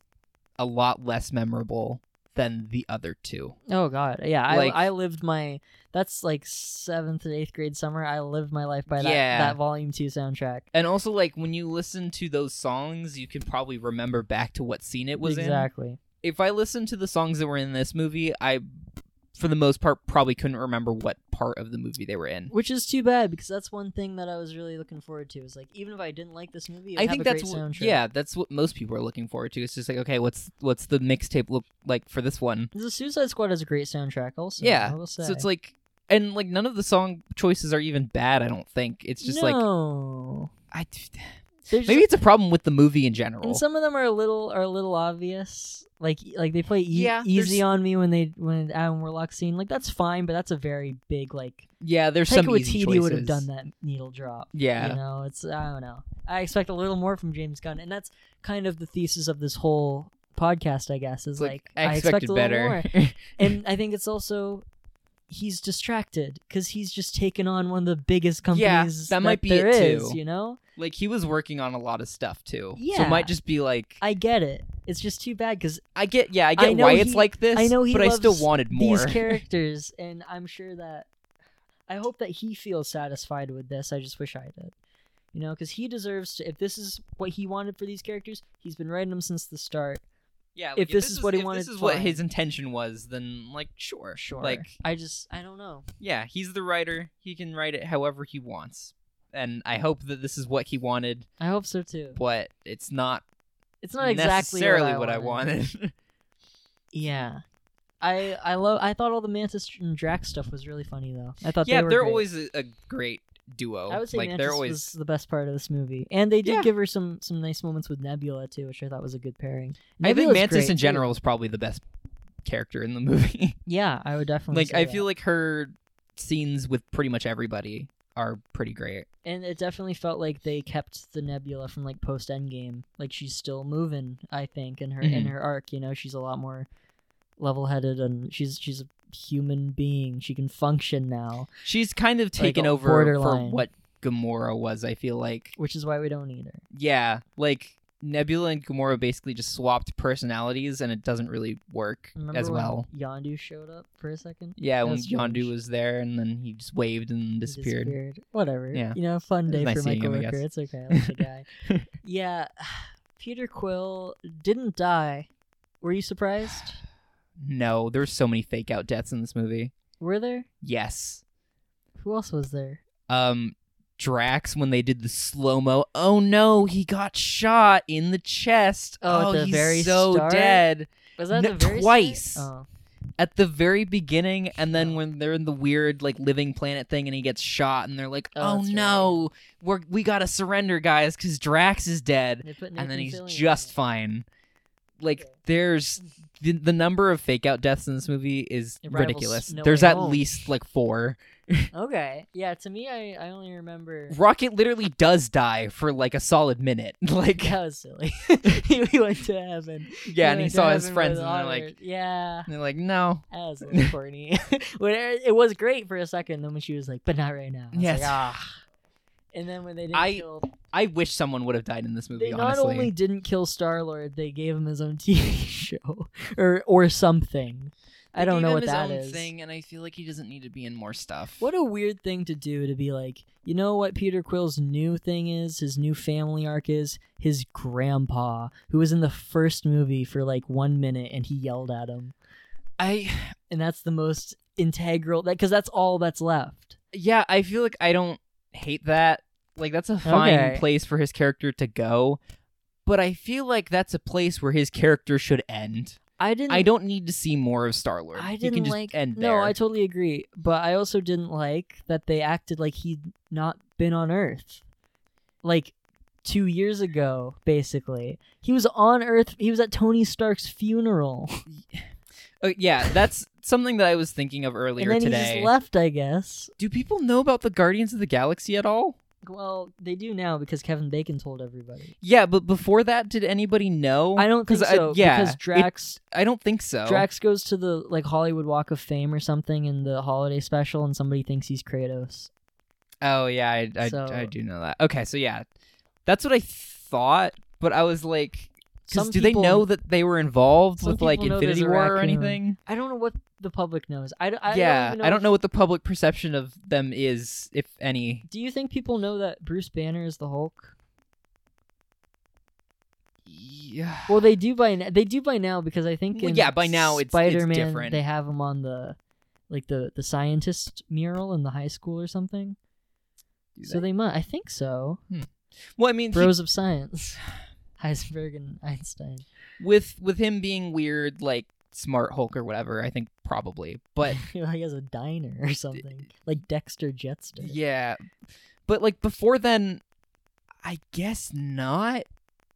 Speaker 3: a lot less memorable than the other two.
Speaker 2: Oh God, yeah. I
Speaker 3: Like-
Speaker 2: I lived my that's like seventh and eighth grade summer. I lived my life by that
Speaker 3: Yeah.
Speaker 2: that volume two soundtrack.
Speaker 3: And also, like when you listen to those songs, you can probably remember back to what scene it was in.
Speaker 2: exactly.
Speaker 3: if I listened to the songs that were in this movie, I, for the most part, probably couldn't remember what part of the movie they were in.
Speaker 2: Which is too bad because that's one thing that I was really looking forward to. Is like even if I didn't like this movie, it would
Speaker 3: I
Speaker 2: have
Speaker 3: think
Speaker 2: a great
Speaker 3: that's what,
Speaker 2: soundtrack.
Speaker 3: yeah, that's what most people are looking forward to. It's just like, okay, what's what's the mixtape look like for this one?
Speaker 2: The Suicide Squad has a great soundtrack. Also,
Speaker 3: yeah,
Speaker 2: I will say.
Speaker 3: so it's like, and like none of the song choices are even bad. I don't think it's just like
Speaker 2: no.
Speaker 3: I,
Speaker 2: There's
Speaker 3: maybe it's a problem with the movie in general.
Speaker 2: and some of them are a little are a little obvious. Like like they play e-
Speaker 3: Yeah,
Speaker 2: easy
Speaker 3: there's-
Speaker 2: on me when they when Adam Warlock scene. Like that's fine, but that's a very big like.
Speaker 3: yeah, there's some easy
Speaker 2: Taika
Speaker 3: choices.
Speaker 2: would have done that needle drop.
Speaker 3: Yeah,
Speaker 2: You know, it's I don't know. I expect a little more from James Gunn, and that's kind of the thesis of this whole podcast, I guess. Is
Speaker 3: It's
Speaker 2: like,
Speaker 3: like, I
Speaker 2: expect
Speaker 3: expected
Speaker 2: a little
Speaker 3: better.
Speaker 2: more. and I think it's also he's distracted because he's just taken on one of the biggest companies
Speaker 3: Yeah, that might be
Speaker 2: there
Speaker 3: it,
Speaker 2: is,
Speaker 3: too.
Speaker 2: You know,
Speaker 3: like he was working on a lot of stuff too. so
Speaker 2: Yeah.
Speaker 3: it might just be like
Speaker 2: I get it. It's just too bad because
Speaker 3: I get, yeah, I
Speaker 2: I
Speaker 3: get
Speaker 2: know
Speaker 3: why
Speaker 2: he-
Speaker 3: it's like this.
Speaker 2: I know he
Speaker 3: but I still
Speaker 2: loves
Speaker 3: wanted more.
Speaker 2: these characters, and I'm sure that I hope that he feels satisfied with this. I just wish I did, you know, because he deserves to. If this is what he wanted for these characters, he's been writing them since the start.
Speaker 3: yeah,
Speaker 2: if this is what he
Speaker 3: if
Speaker 2: wanted,
Speaker 3: this is what
Speaker 2: fine.
Speaker 3: his intention was, then like sure,
Speaker 2: Sure,
Speaker 3: Like
Speaker 2: I just I don't know.
Speaker 3: yeah, he's the writer. He can write it however he wants, and I hope that this is what he wanted.
Speaker 2: I hope so too.
Speaker 3: But it's not,
Speaker 2: It's not exactly
Speaker 3: necessarily
Speaker 2: what I wanted.
Speaker 3: wanted.
Speaker 2: Yeah. I I love I thought all the Mantis and Drax stuff was really funny though. I thought
Speaker 3: yeah,
Speaker 2: they were
Speaker 3: they're
Speaker 2: great.
Speaker 3: always a, a great duo.
Speaker 2: I would say
Speaker 3: Oh, like
Speaker 2: Mantis
Speaker 3: they're always
Speaker 2: was the best part of this movie, and they did
Speaker 3: Yeah.
Speaker 2: give her some some nice moments with Nebula too, which I thought was a good pairing.
Speaker 3: I think
Speaker 2: Nebula's
Speaker 3: Mantis
Speaker 2: great,
Speaker 3: in
Speaker 2: too.
Speaker 3: general is probably the best character in the movie.
Speaker 2: Yeah, I would definitely
Speaker 3: like
Speaker 2: say
Speaker 3: I
Speaker 2: that.
Speaker 3: feel like her scenes with pretty much everybody are pretty great.
Speaker 2: and it definitely felt like they kept the Nebula from like post Endgame. Like she's still moving, I think, in her in
Speaker 3: Mhm.
Speaker 2: her arc. You know, she's a lot more level headed, and she's she's a human being. She can function now,
Speaker 3: She's kind of taken
Speaker 2: a
Speaker 3: over
Speaker 2: borderline.
Speaker 3: for what Gamora was. I feel like,
Speaker 2: which is why we don't need her.
Speaker 3: yeah, like Nebula and Gamora basically just swapped personalities, and it doesn't really work
Speaker 2: Remember
Speaker 3: as
Speaker 2: when
Speaker 3: well.
Speaker 2: Yondu showed up for a second.
Speaker 3: Yeah,
Speaker 2: that
Speaker 3: when
Speaker 2: was strange.
Speaker 3: Yondu was there, and then he just waved and
Speaker 2: He
Speaker 3: disappeared.
Speaker 2: Whatever.
Speaker 3: Yeah.
Speaker 2: You know, fun
Speaker 3: It was
Speaker 2: day
Speaker 3: nice
Speaker 2: for my
Speaker 3: seeing him, I
Speaker 2: coworker. It's
Speaker 3: guess.
Speaker 2: okay. I like the guy. yeah. Peter Quill didn't die. Were you surprised?
Speaker 3: No, there's so many fake out deaths in this movie.
Speaker 2: Were there?
Speaker 3: Yes,
Speaker 2: Who else was there?
Speaker 3: um. Drax, when they did the slow mo, oh no, he got shot in the chest.
Speaker 2: Oh, at
Speaker 3: oh
Speaker 2: the
Speaker 3: he's
Speaker 2: very
Speaker 3: so
Speaker 2: start?
Speaker 3: dead.
Speaker 2: Was that
Speaker 3: No,
Speaker 2: the very
Speaker 3: twice.
Speaker 2: start? Oh,
Speaker 3: at the very beginning and then when they're in the weird like living planet thing and he gets shot and they're like
Speaker 2: Oh,
Speaker 3: oh,
Speaker 2: that's
Speaker 3: no we're we gotta surrender guys because drax is
Speaker 2: Oh.
Speaker 3: dead
Speaker 2: They put
Speaker 3: and then
Speaker 2: Nathan
Speaker 3: he's
Speaker 2: Fillion in
Speaker 3: just
Speaker 2: it.
Speaker 3: fine like
Speaker 2: Okay.
Speaker 3: there's the, the number of fake out deaths in this movie is
Speaker 2: It rivals
Speaker 3: ridiculous
Speaker 2: No
Speaker 3: there's
Speaker 2: Way
Speaker 3: at
Speaker 2: Home.
Speaker 3: least like four
Speaker 2: Okay. Yeah, to me, I, I only remember.
Speaker 3: rocket literally does die for like a solid minute like
Speaker 2: That was silly. he went to heaven.
Speaker 3: yeah and he
Speaker 2: went to
Speaker 3: saw his
Speaker 2: heaven
Speaker 3: friends
Speaker 2: with
Speaker 3: and they're
Speaker 2: honor.
Speaker 3: like
Speaker 2: Yeah.
Speaker 3: they're like no
Speaker 2: That was a little corny. when it, it was great for a second, then when she was like, "But not right now." I was
Speaker 3: Yes.
Speaker 2: Like, ah. And then when they didn't
Speaker 3: I-
Speaker 2: kill,
Speaker 3: i wish someone would have died in this movie
Speaker 2: they not
Speaker 3: honestly
Speaker 2: only didn't kill Star Lord, they gave him his own TV show or or something. I
Speaker 3: They
Speaker 2: don't
Speaker 3: gave
Speaker 2: know
Speaker 3: him
Speaker 2: what
Speaker 3: his
Speaker 2: that
Speaker 3: own
Speaker 2: is.
Speaker 3: Thing, and I feel like he doesn't need to be in more stuff.
Speaker 2: What a weird thing to do to be like, you know what Peter Quill's new thing is, his new family arc is his grandpa, who was in the first movie for like one minute and he yelled at him.
Speaker 3: I
Speaker 2: And that's the most integral that because that's all that's left.
Speaker 3: yeah, I feel like I don't hate that. Like that's a fine
Speaker 2: Okay.
Speaker 3: place for his character to go, but I feel like that's a place where his character should end.
Speaker 2: I didn't
Speaker 3: I don't need to see more of Star Lord.
Speaker 2: I
Speaker 3: he
Speaker 2: didn't
Speaker 3: can just
Speaker 2: like.
Speaker 3: end
Speaker 2: no,
Speaker 3: there.
Speaker 2: I totally agree. But I also didn't like that they acted like he'd not been on Earth, like two years ago. Basically, he was on Earth. He was at Tony Stark's funeral,
Speaker 3: Uh, yeah, that's something that I was thinking of earlier
Speaker 2: and then he
Speaker 3: today.
Speaker 2: just left. I guess.
Speaker 3: Do people know about the Guardians of the Galaxy at all?
Speaker 2: Well, they do now because Kevin Bacon told everybody.
Speaker 3: Yeah, but before that, did anybody know?
Speaker 2: I don't think
Speaker 3: 'Cause I-
Speaker 2: so.
Speaker 3: yeah,
Speaker 2: because
Speaker 3: it- Oh.
Speaker 2: Drax
Speaker 3: I don't think so.
Speaker 2: Drax goes to the like Hollywood Walk of Fame or something in the holiday special, and somebody thinks he's Kratos.
Speaker 3: Oh yeah, I I,
Speaker 2: So-
Speaker 3: I do know that. Okay, so yeah, that's what I thought, but I was like,
Speaker 2: some
Speaker 3: do they
Speaker 2: people-
Speaker 3: know that they were involved
Speaker 2: some
Speaker 3: with like
Speaker 2: people know there's
Speaker 3: Infinity
Speaker 2: a
Speaker 3: War or
Speaker 2: raccoon.
Speaker 3: anything?
Speaker 2: I don't know what the public knows. I, d- I
Speaker 3: yeah,
Speaker 2: don't even know
Speaker 3: I
Speaker 2: if-
Speaker 3: don't know what the public perception of them is, if any.
Speaker 2: Do you think people know that Bruce Banner is the Hulk?
Speaker 3: Yeah.
Speaker 2: Well, they do by n- they do by now because I think
Speaker 3: Well,
Speaker 2: in
Speaker 3: yeah, by now it's- it's
Speaker 2: Spider-Man,
Speaker 3: different.
Speaker 2: They have him on the like the the scientist mural in the high school or something.
Speaker 3: Do
Speaker 2: So they must. I think so.
Speaker 3: well, I mean, he-
Speaker 2: Bros of Science, Heisenberg and Einstein.
Speaker 3: with with him being weird, like smart Hulk or whatever, I think probably. But
Speaker 2: You know, he has a diner or something like Dexter Jetster.
Speaker 3: yeah, but like before then, I guess not.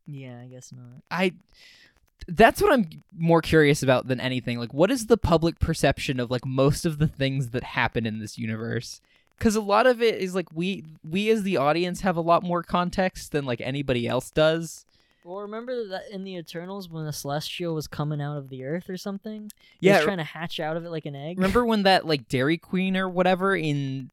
Speaker 2: yeah, I guess not.
Speaker 3: I that's what I'm more curious about than anything. Like what is the public perception of like most of the things that happen in this universe? Cuz a lot of it is like we we as the audience have a lot more context than like anybody else does.
Speaker 2: Well, remember that in the Eternals when the Celestial was coming out of the Earth or something? He was
Speaker 3: Yeah,
Speaker 2: trying to hatch out of it like an egg.
Speaker 3: remember when that like Dairy Queen or whatever in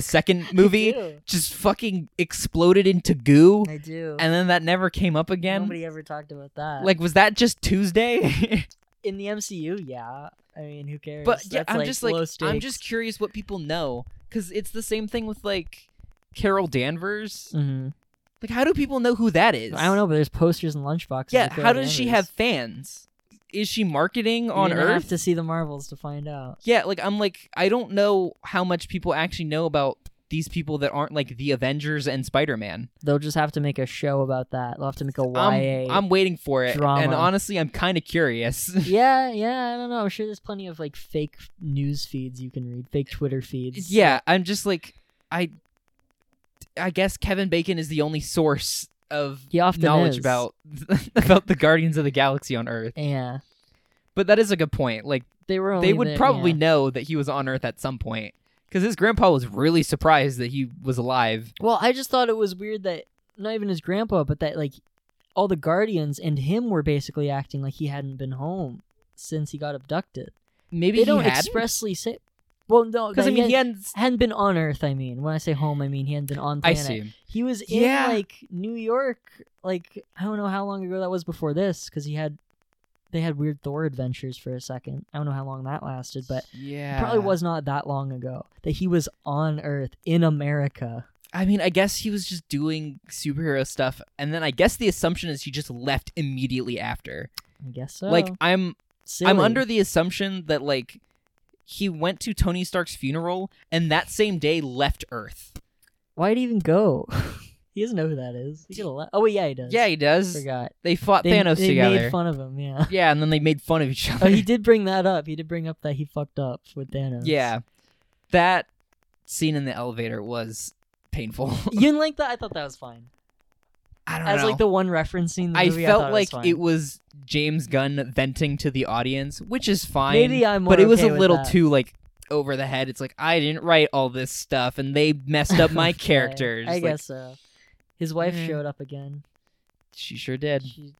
Speaker 3: second
Speaker 2: I
Speaker 3: movie
Speaker 2: do.
Speaker 3: just fucking exploded into goo
Speaker 2: I do.
Speaker 3: and then that never came up again?
Speaker 2: Nobody ever talked about that.
Speaker 3: Like was that just Tuesday?
Speaker 2: in the MCU, yeah. I mean, who cares?
Speaker 3: But yeah,
Speaker 2: That's,
Speaker 3: I'm just
Speaker 2: low
Speaker 3: like I'm
Speaker 2: stakes.
Speaker 3: just curious what people know because it's the same thing with like Carol Danvers.
Speaker 2: Mhm.
Speaker 3: Like, how do people know who that is?
Speaker 2: I don't know, but there's posters and lunchboxes.
Speaker 3: Yeah,
Speaker 2: of Carol
Speaker 3: how does she
Speaker 2: Danvers.
Speaker 3: have fans? Is she marketing
Speaker 2: You're
Speaker 3: on
Speaker 2: gonna
Speaker 3: Earth?
Speaker 2: Have to see the Marvels to find out.
Speaker 3: Yeah, like I'm like I don't know how much people actually know about these people that aren't like the Avengers and Spider Man.
Speaker 2: They'll just have to make a show about that. They'll have to make a YA.
Speaker 3: I'm, I'm waiting for it, and
Speaker 2: drama.
Speaker 3: honestly, I'm kind of curious.
Speaker 2: yeah, yeah. I don't know. I'm sure there's plenty of like fake news feeds you can read, fake Twitter feeds.
Speaker 3: yeah, I'm just like I. I guess Kevin Bacon is the only source of
Speaker 2: he often
Speaker 3: knowledge
Speaker 2: is.
Speaker 3: about about the Guardians of the Galaxy on Earth.
Speaker 2: Yeah,
Speaker 3: But that is a good point. Like
Speaker 2: they were. Only
Speaker 3: they would
Speaker 2: there-
Speaker 3: probably
Speaker 2: yeah.
Speaker 3: know that he was on Earth at some point because his grandpa was really surprised that he was alive.
Speaker 2: Well, I just thought it was weird that not even his grandpa, but that like all the guardians and him were basically acting like he hadn't been home since he got abducted.
Speaker 3: Maybe
Speaker 2: they
Speaker 3: he
Speaker 2: don't
Speaker 3: had
Speaker 2: expressly say. Well, no,
Speaker 3: because
Speaker 2: that
Speaker 3: I mean he
Speaker 2: had,
Speaker 3: hadn't. s-
Speaker 2: not been on Earth. I mean, when I say home, I mean he hadn't been on
Speaker 3: I
Speaker 2: planet.
Speaker 3: see.
Speaker 2: He was in
Speaker 3: Yeah.
Speaker 2: like New York. Like I don't know how long ago that was before this, because he had they had weird Thor adventures for a second. I don't know how long that lasted, but
Speaker 3: yeah,
Speaker 2: it probably was not that long ago that he was on Earth in America.
Speaker 3: I mean, I guess he was just doing superhero stuff, and then I guess the assumption is he just left immediately after.
Speaker 2: I guess so.
Speaker 3: Like I'm
Speaker 2: Silly.
Speaker 3: I'm under the assumption that like he went to Tony Stark's funeral and that same day left Earth.
Speaker 2: Why'd he even go? he doesn't know who that is. He could have left. Oh wait, yeah, he does.
Speaker 3: Yeah, he does.
Speaker 2: forgot.
Speaker 3: They fought
Speaker 2: They,
Speaker 3: Thanos
Speaker 2: they
Speaker 3: together.
Speaker 2: made fun of him. Yeah.
Speaker 3: Yeah, and then they made fun of each other.
Speaker 2: Oh, he did bring that up. He did bring up that he fucked up with Thanos.
Speaker 3: yeah. That scene in the elevator was painful.
Speaker 2: You didn't like that? I thought that was fine.
Speaker 3: I don't
Speaker 2: As
Speaker 3: know.
Speaker 2: like the one referencing the
Speaker 3: I
Speaker 2: movie,
Speaker 3: felt
Speaker 2: thought
Speaker 3: like
Speaker 2: it was,
Speaker 3: it was James Gunn venting to the audience, which is fine.
Speaker 2: Maybe I'm more
Speaker 3: but it was
Speaker 2: okay
Speaker 3: a
Speaker 2: with
Speaker 3: little
Speaker 2: that.
Speaker 3: too like over the head. It's like I didn't write all this stuff and they messed up my
Speaker 2: Okay,
Speaker 3: characters.
Speaker 2: I
Speaker 3: Like, eh,
Speaker 2: guess so. His wife
Speaker 3: Yeah.
Speaker 2: showed up again.
Speaker 3: she sure did.
Speaker 2: She-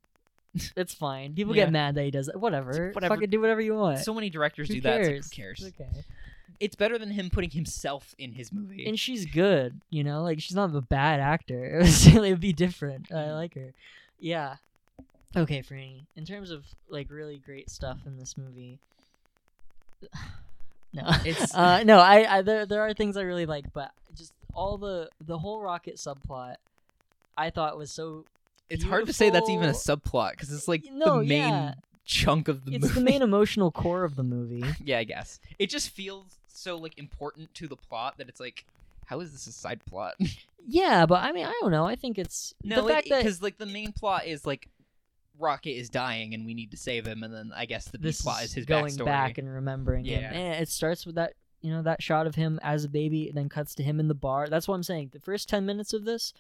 Speaker 2: it's fine. People
Speaker 3: Yeah.
Speaker 2: get mad that he does it. Whatever.
Speaker 3: Whatever.
Speaker 2: Fucking do whatever you want.
Speaker 3: So many directors
Speaker 2: who
Speaker 3: do that.
Speaker 2: cares?
Speaker 3: It's like, who cares?
Speaker 2: It's okay.
Speaker 3: It's better than him putting himself in his movie.
Speaker 2: And she's good, you know. Like she's not a bad actor. It was it would be different.
Speaker 3: Mm-hmm.
Speaker 2: I like her. Yeah. Okay, Franny. In terms of like really great stuff in this movie, no,
Speaker 3: It's-
Speaker 2: uh, no. I, I there there are things I really like, but just all the the whole rocket subplot, I thought was so.
Speaker 3: it's hard to say that's even a
Speaker 2: beautiful.
Speaker 3: subplot because it's like
Speaker 2: No,
Speaker 3: the main
Speaker 2: yeah.
Speaker 3: chunk of the
Speaker 2: It's
Speaker 3: movie.
Speaker 2: the main emotional core of the movie.
Speaker 3: yeah, I guess it just feels so like important to the plot that it's like, how is this a side plot?
Speaker 2: Yeah, but I mean, I don't know. I think it's
Speaker 3: no,
Speaker 2: the fact that
Speaker 3: because like the main plot is like Rocket is dying and we need to save him, and then I guess the B
Speaker 2: this
Speaker 3: plot is his
Speaker 2: going
Speaker 3: backstory.
Speaker 2: back and remembering him.
Speaker 3: Yeah.
Speaker 2: And it starts with that you know that shot of him as a baby, and then cuts to him in the bar. That's what I'm saying. The first ten minutes of this,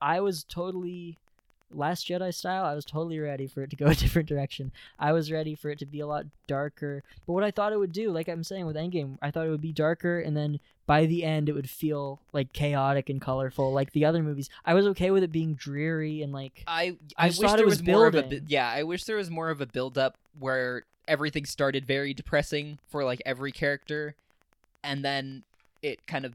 Speaker 2: I was totally Last Jedi style. I was totally ready for it to go a different direction. I was ready for it to be a lot darker. But what I thought it would do, like I'm saying with Endgame, I thought it would be darker, and then by the end it would feel like chaotic and colorful, like the other movies. I was okay with it being dreary and like
Speaker 3: I
Speaker 2: I
Speaker 3: I,
Speaker 2: just
Speaker 3: wish
Speaker 2: thought it
Speaker 3: there
Speaker 2: was
Speaker 3: was, more of a
Speaker 2: building.
Speaker 3: bu- yeah. I wish there was more of a build up where everything started very depressing for like every character, and then it kind of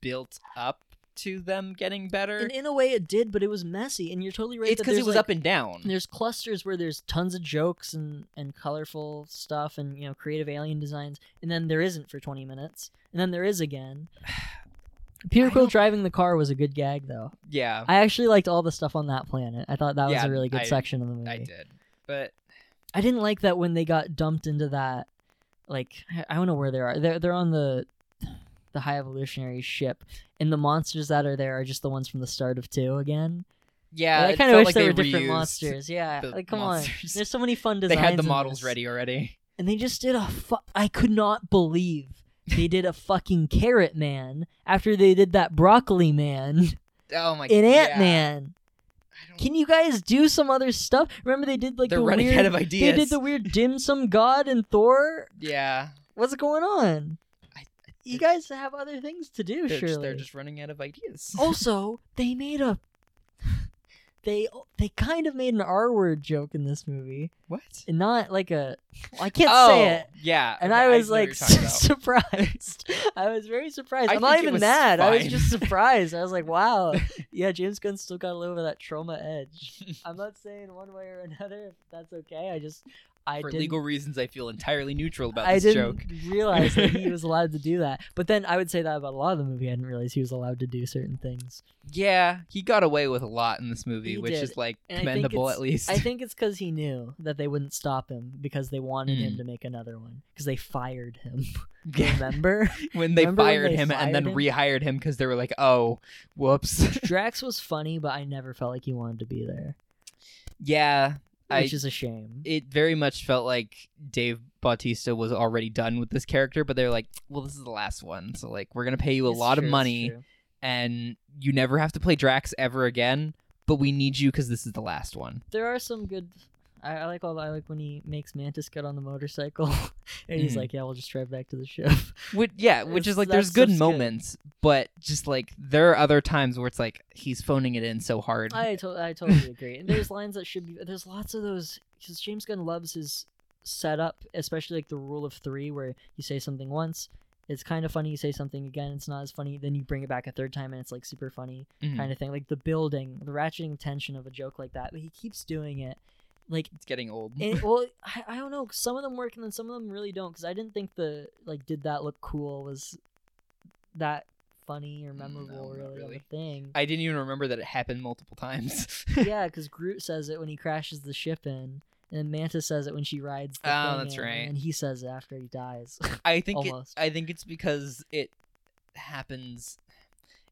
Speaker 3: built up to them getting better.
Speaker 2: And in a way, it did, but it was messy. And you're totally right.
Speaker 3: it's
Speaker 2: because
Speaker 3: because it was
Speaker 2: like,
Speaker 3: up and down.
Speaker 2: there's clusters where there's tons of jokes and and colorful stuff and you know creative alien designs and then there isn't for 20 minutes and then there is again peter
Speaker 3: I
Speaker 2: quill
Speaker 3: don't-
Speaker 2: driving the car was a good gag though
Speaker 3: yeah,
Speaker 2: i actually liked all the stuff on that planet i thought that was
Speaker 3: Yeah,
Speaker 2: a really good
Speaker 3: I-
Speaker 2: section of the movie
Speaker 3: I did. But
Speaker 2: I didn't like that when they got dumped into that like I- I don't know where they are. They're they're on the the high evolutionary ship and the monsters that are there are just the ones from the start of two again.
Speaker 3: yeah,
Speaker 2: Like, I
Speaker 3: it
Speaker 2: kind of
Speaker 3: felt
Speaker 2: wish
Speaker 3: like
Speaker 2: there
Speaker 3: they
Speaker 2: were different
Speaker 3: reused-
Speaker 2: monsters. Yeah,
Speaker 3: the
Speaker 2: like come on,
Speaker 3: monsters.
Speaker 2: there's so many fun
Speaker 3: They
Speaker 2: designs.
Speaker 3: had the
Speaker 2: in
Speaker 3: models
Speaker 2: this.
Speaker 3: ready already.
Speaker 2: and they just did a. Fu- I could not believe they did a fucking carrot man after they did that broccoli man
Speaker 3: Oh my!
Speaker 2: in
Speaker 3: yeah.
Speaker 2: Ant Man.
Speaker 3: I don't-
Speaker 2: Can you guys do some other stuff? Remember they did like
Speaker 3: They're
Speaker 2: the
Speaker 3: running
Speaker 2: weird
Speaker 3: out of ideas.
Speaker 2: they did the Oh, weird dim sum god and Thor.
Speaker 3: yeah,
Speaker 2: What's going on?
Speaker 3: I-
Speaker 2: You guys have other things to do,
Speaker 3: they're just-
Speaker 2: surely. Oh,
Speaker 3: they're just running out of ideas.
Speaker 2: also, they made a they they kind of made an R word joke in this movie,
Speaker 3: What?
Speaker 2: and not like a well, I can't
Speaker 3: oh,
Speaker 2: say it.
Speaker 3: yeah.
Speaker 2: And
Speaker 3: okay,
Speaker 2: I was
Speaker 3: know what
Speaker 2: like
Speaker 3: you're talking about.
Speaker 2: surprised. I was very surprised.
Speaker 3: I
Speaker 2: I'm not
Speaker 3: think it
Speaker 2: even
Speaker 3: was
Speaker 2: mad. I was
Speaker 3: fine.
Speaker 2: just surprised. I was like, wow, yeah, James Gunn still got a little bit of that trauma edge. I'm not saying one way or another if that's okay. I just I
Speaker 3: for
Speaker 2: didn't
Speaker 3: legal reasons, I feel entirely neutral about
Speaker 2: I
Speaker 3: this
Speaker 2: didn't
Speaker 3: joke.
Speaker 2: realize that he was allowed to do that. But then I would say that about a lot of the movie. I didn't realize he was allowed to do certain things.
Speaker 3: Yeah, he got away with a lot in this movie,
Speaker 2: He
Speaker 3: which
Speaker 2: did,
Speaker 3: is like
Speaker 2: and I think
Speaker 3: commendable
Speaker 2: it's-
Speaker 3: at least.
Speaker 2: I think it's because he knew that they wouldn't stop him because they wanted him
Speaker 3: Mm.
Speaker 2: to make another one because they fired him.
Speaker 3: Yeah.
Speaker 2: Remember?
Speaker 3: when they
Speaker 2: Remember when
Speaker 3: fired
Speaker 2: they
Speaker 3: him and then
Speaker 2: fired him?
Speaker 3: rehired him because they were like, "Oh, whoops."
Speaker 2: Drax was funny, but I never felt like he wanted to be there,
Speaker 3: yeah, I
Speaker 2: which is a shame.
Speaker 3: it very much felt like Dave Bautista was already done with this character, but they're like, "Well, this is the last one, so like we're gonna pay you a
Speaker 2: It's
Speaker 3: lot
Speaker 2: true,
Speaker 3: of
Speaker 2: it's
Speaker 3: money,
Speaker 2: true.
Speaker 3: and you never have to play Drax ever again." But we need you because this is the last one.
Speaker 2: There are some good. I, I like all. I like when he makes Mantis get on the motorcycle, and he's
Speaker 3: Mhm.
Speaker 2: like, "Yeah, we'll just drive back to the ship."
Speaker 3: Which, yeah, which
Speaker 2: It's-
Speaker 3: is like
Speaker 2: that
Speaker 3: there's good
Speaker 2: stuff's good.
Speaker 3: moments, but just like there are other times where it's like he's phoning it in so hard.
Speaker 2: I, to- I totally agree. And there's lines that should be. There's lots of those because James Gunn loves his setup, especially like the rule of three, where you say something once, it's kind of funny. You say something again, it's not as funny. Then you bring it back a third time, and it's like super funny
Speaker 3: Mhm.
Speaker 2: kind of thing. Like the building, the ratcheting tension of a joke like that. But he keeps doing it. Like
Speaker 3: It's getting old.
Speaker 2: and, well, I, I don't know. 'cause Some of them work, and then some of them really don't. Because I didn't think the like, did that look cool? Was that funny or
Speaker 3: Mm, No,
Speaker 2: memorable?
Speaker 3: not
Speaker 2: really, of a
Speaker 3: really.
Speaker 2: thing.
Speaker 3: I didn't even remember that it happened multiple times.
Speaker 2: yeah, because Groot says it when he crashes the ship in, and then Manta says it when she rides. The
Speaker 3: Oh,
Speaker 2: thing
Speaker 3: that's
Speaker 2: in,
Speaker 3: right.
Speaker 2: And he says it after he dies.
Speaker 3: I think it,
Speaker 2: Almost.
Speaker 3: I think it's because it happens.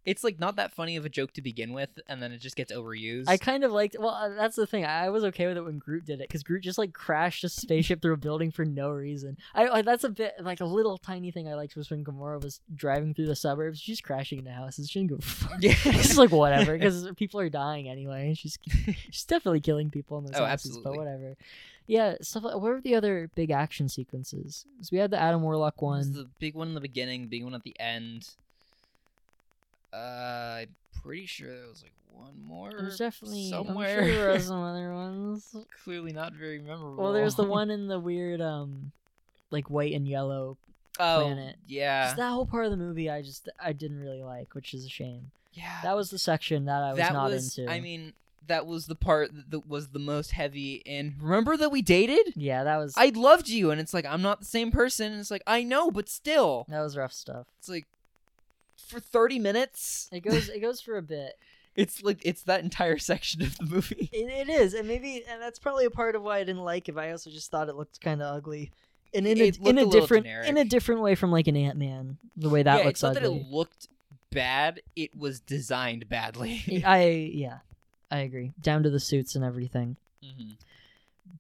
Speaker 3: It's like not that funny of a joke to begin with, and then it just gets overused.
Speaker 2: I kind of liked. Well, uh, that's the thing. I I was okay with it when Groot did it because Groot just like crashed a spaceship through a building for no reason. I, I that's a bit like a little tiny thing I liked was when Gamora was driving through the suburbs. She's crashing into houses. She didn't give a fuck.
Speaker 3: yeah.
Speaker 2: She's like whatever because people are dying anyway. and She's she's definitely killing people in those
Speaker 3: Oh,
Speaker 2: houses, but
Speaker 3: absolutely.
Speaker 2: whatever. Yeah, stuff. Like, what were the other big action sequences? 'Cause we had the Adam Warlock
Speaker 3: What was
Speaker 2: one.
Speaker 3: the big one in the beginning, the big one at the end. Uh, I'm pretty sure there was like one more.
Speaker 2: There's definitely
Speaker 3: somewhere.
Speaker 2: I'm sure there were some other ones.
Speaker 3: Clearly not very memorable.
Speaker 2: Well, there's the one in the weird, um, like white and yellow.
Speaker 3: Oh,
Speaker 2: planet.
Speaker 3: yeah,
Speaker 2: 'Cause that whole part of the movie, I just I didn't really like, which is a shame.
Speaker 3: yeah.
Speaker 2: That was the section that I was
Speaker 3: that
Speaker 2: not
Speaker 3: was,
Speaker 2: into.
Speaker 3: I mean, that was the part that- that was the most heavy. And remember that we dated.
Speaker 2: yeah, that was
Speaker 3: I loved you, and it's like I'm not the same person. And it's like I know, but still,
Speaker 2: that was rough stuff.
Speaker 3: it's like for 30 minutes.
Speaker 2: It goes it goes for a bit.
Speaker 3: It's like it's that entire section of the movie.
Speaker 2: It, it is, and maybe, and that's probably a part of why I didn't like it. but I also just thought it looked kind of ugly, and in a,
Speaker 3: It looked
Speaker 2: in
Speaker 3: a
Speaker 2: a,
Speaker 3: little
Speaker 2: different
Speaker 3: generic.
Speaker 2: in a different way from like an Ant Man, the way that
Speaker 3: yeah,
Speaker 2: looks
Speaker 3: it's not
Speaker 2: ugly.
Speaker 3: that it looked bad; it was designed badly.
Speaker 2: I yeah, I agree, down to the suits and everything.
Speaker 3: Mhm.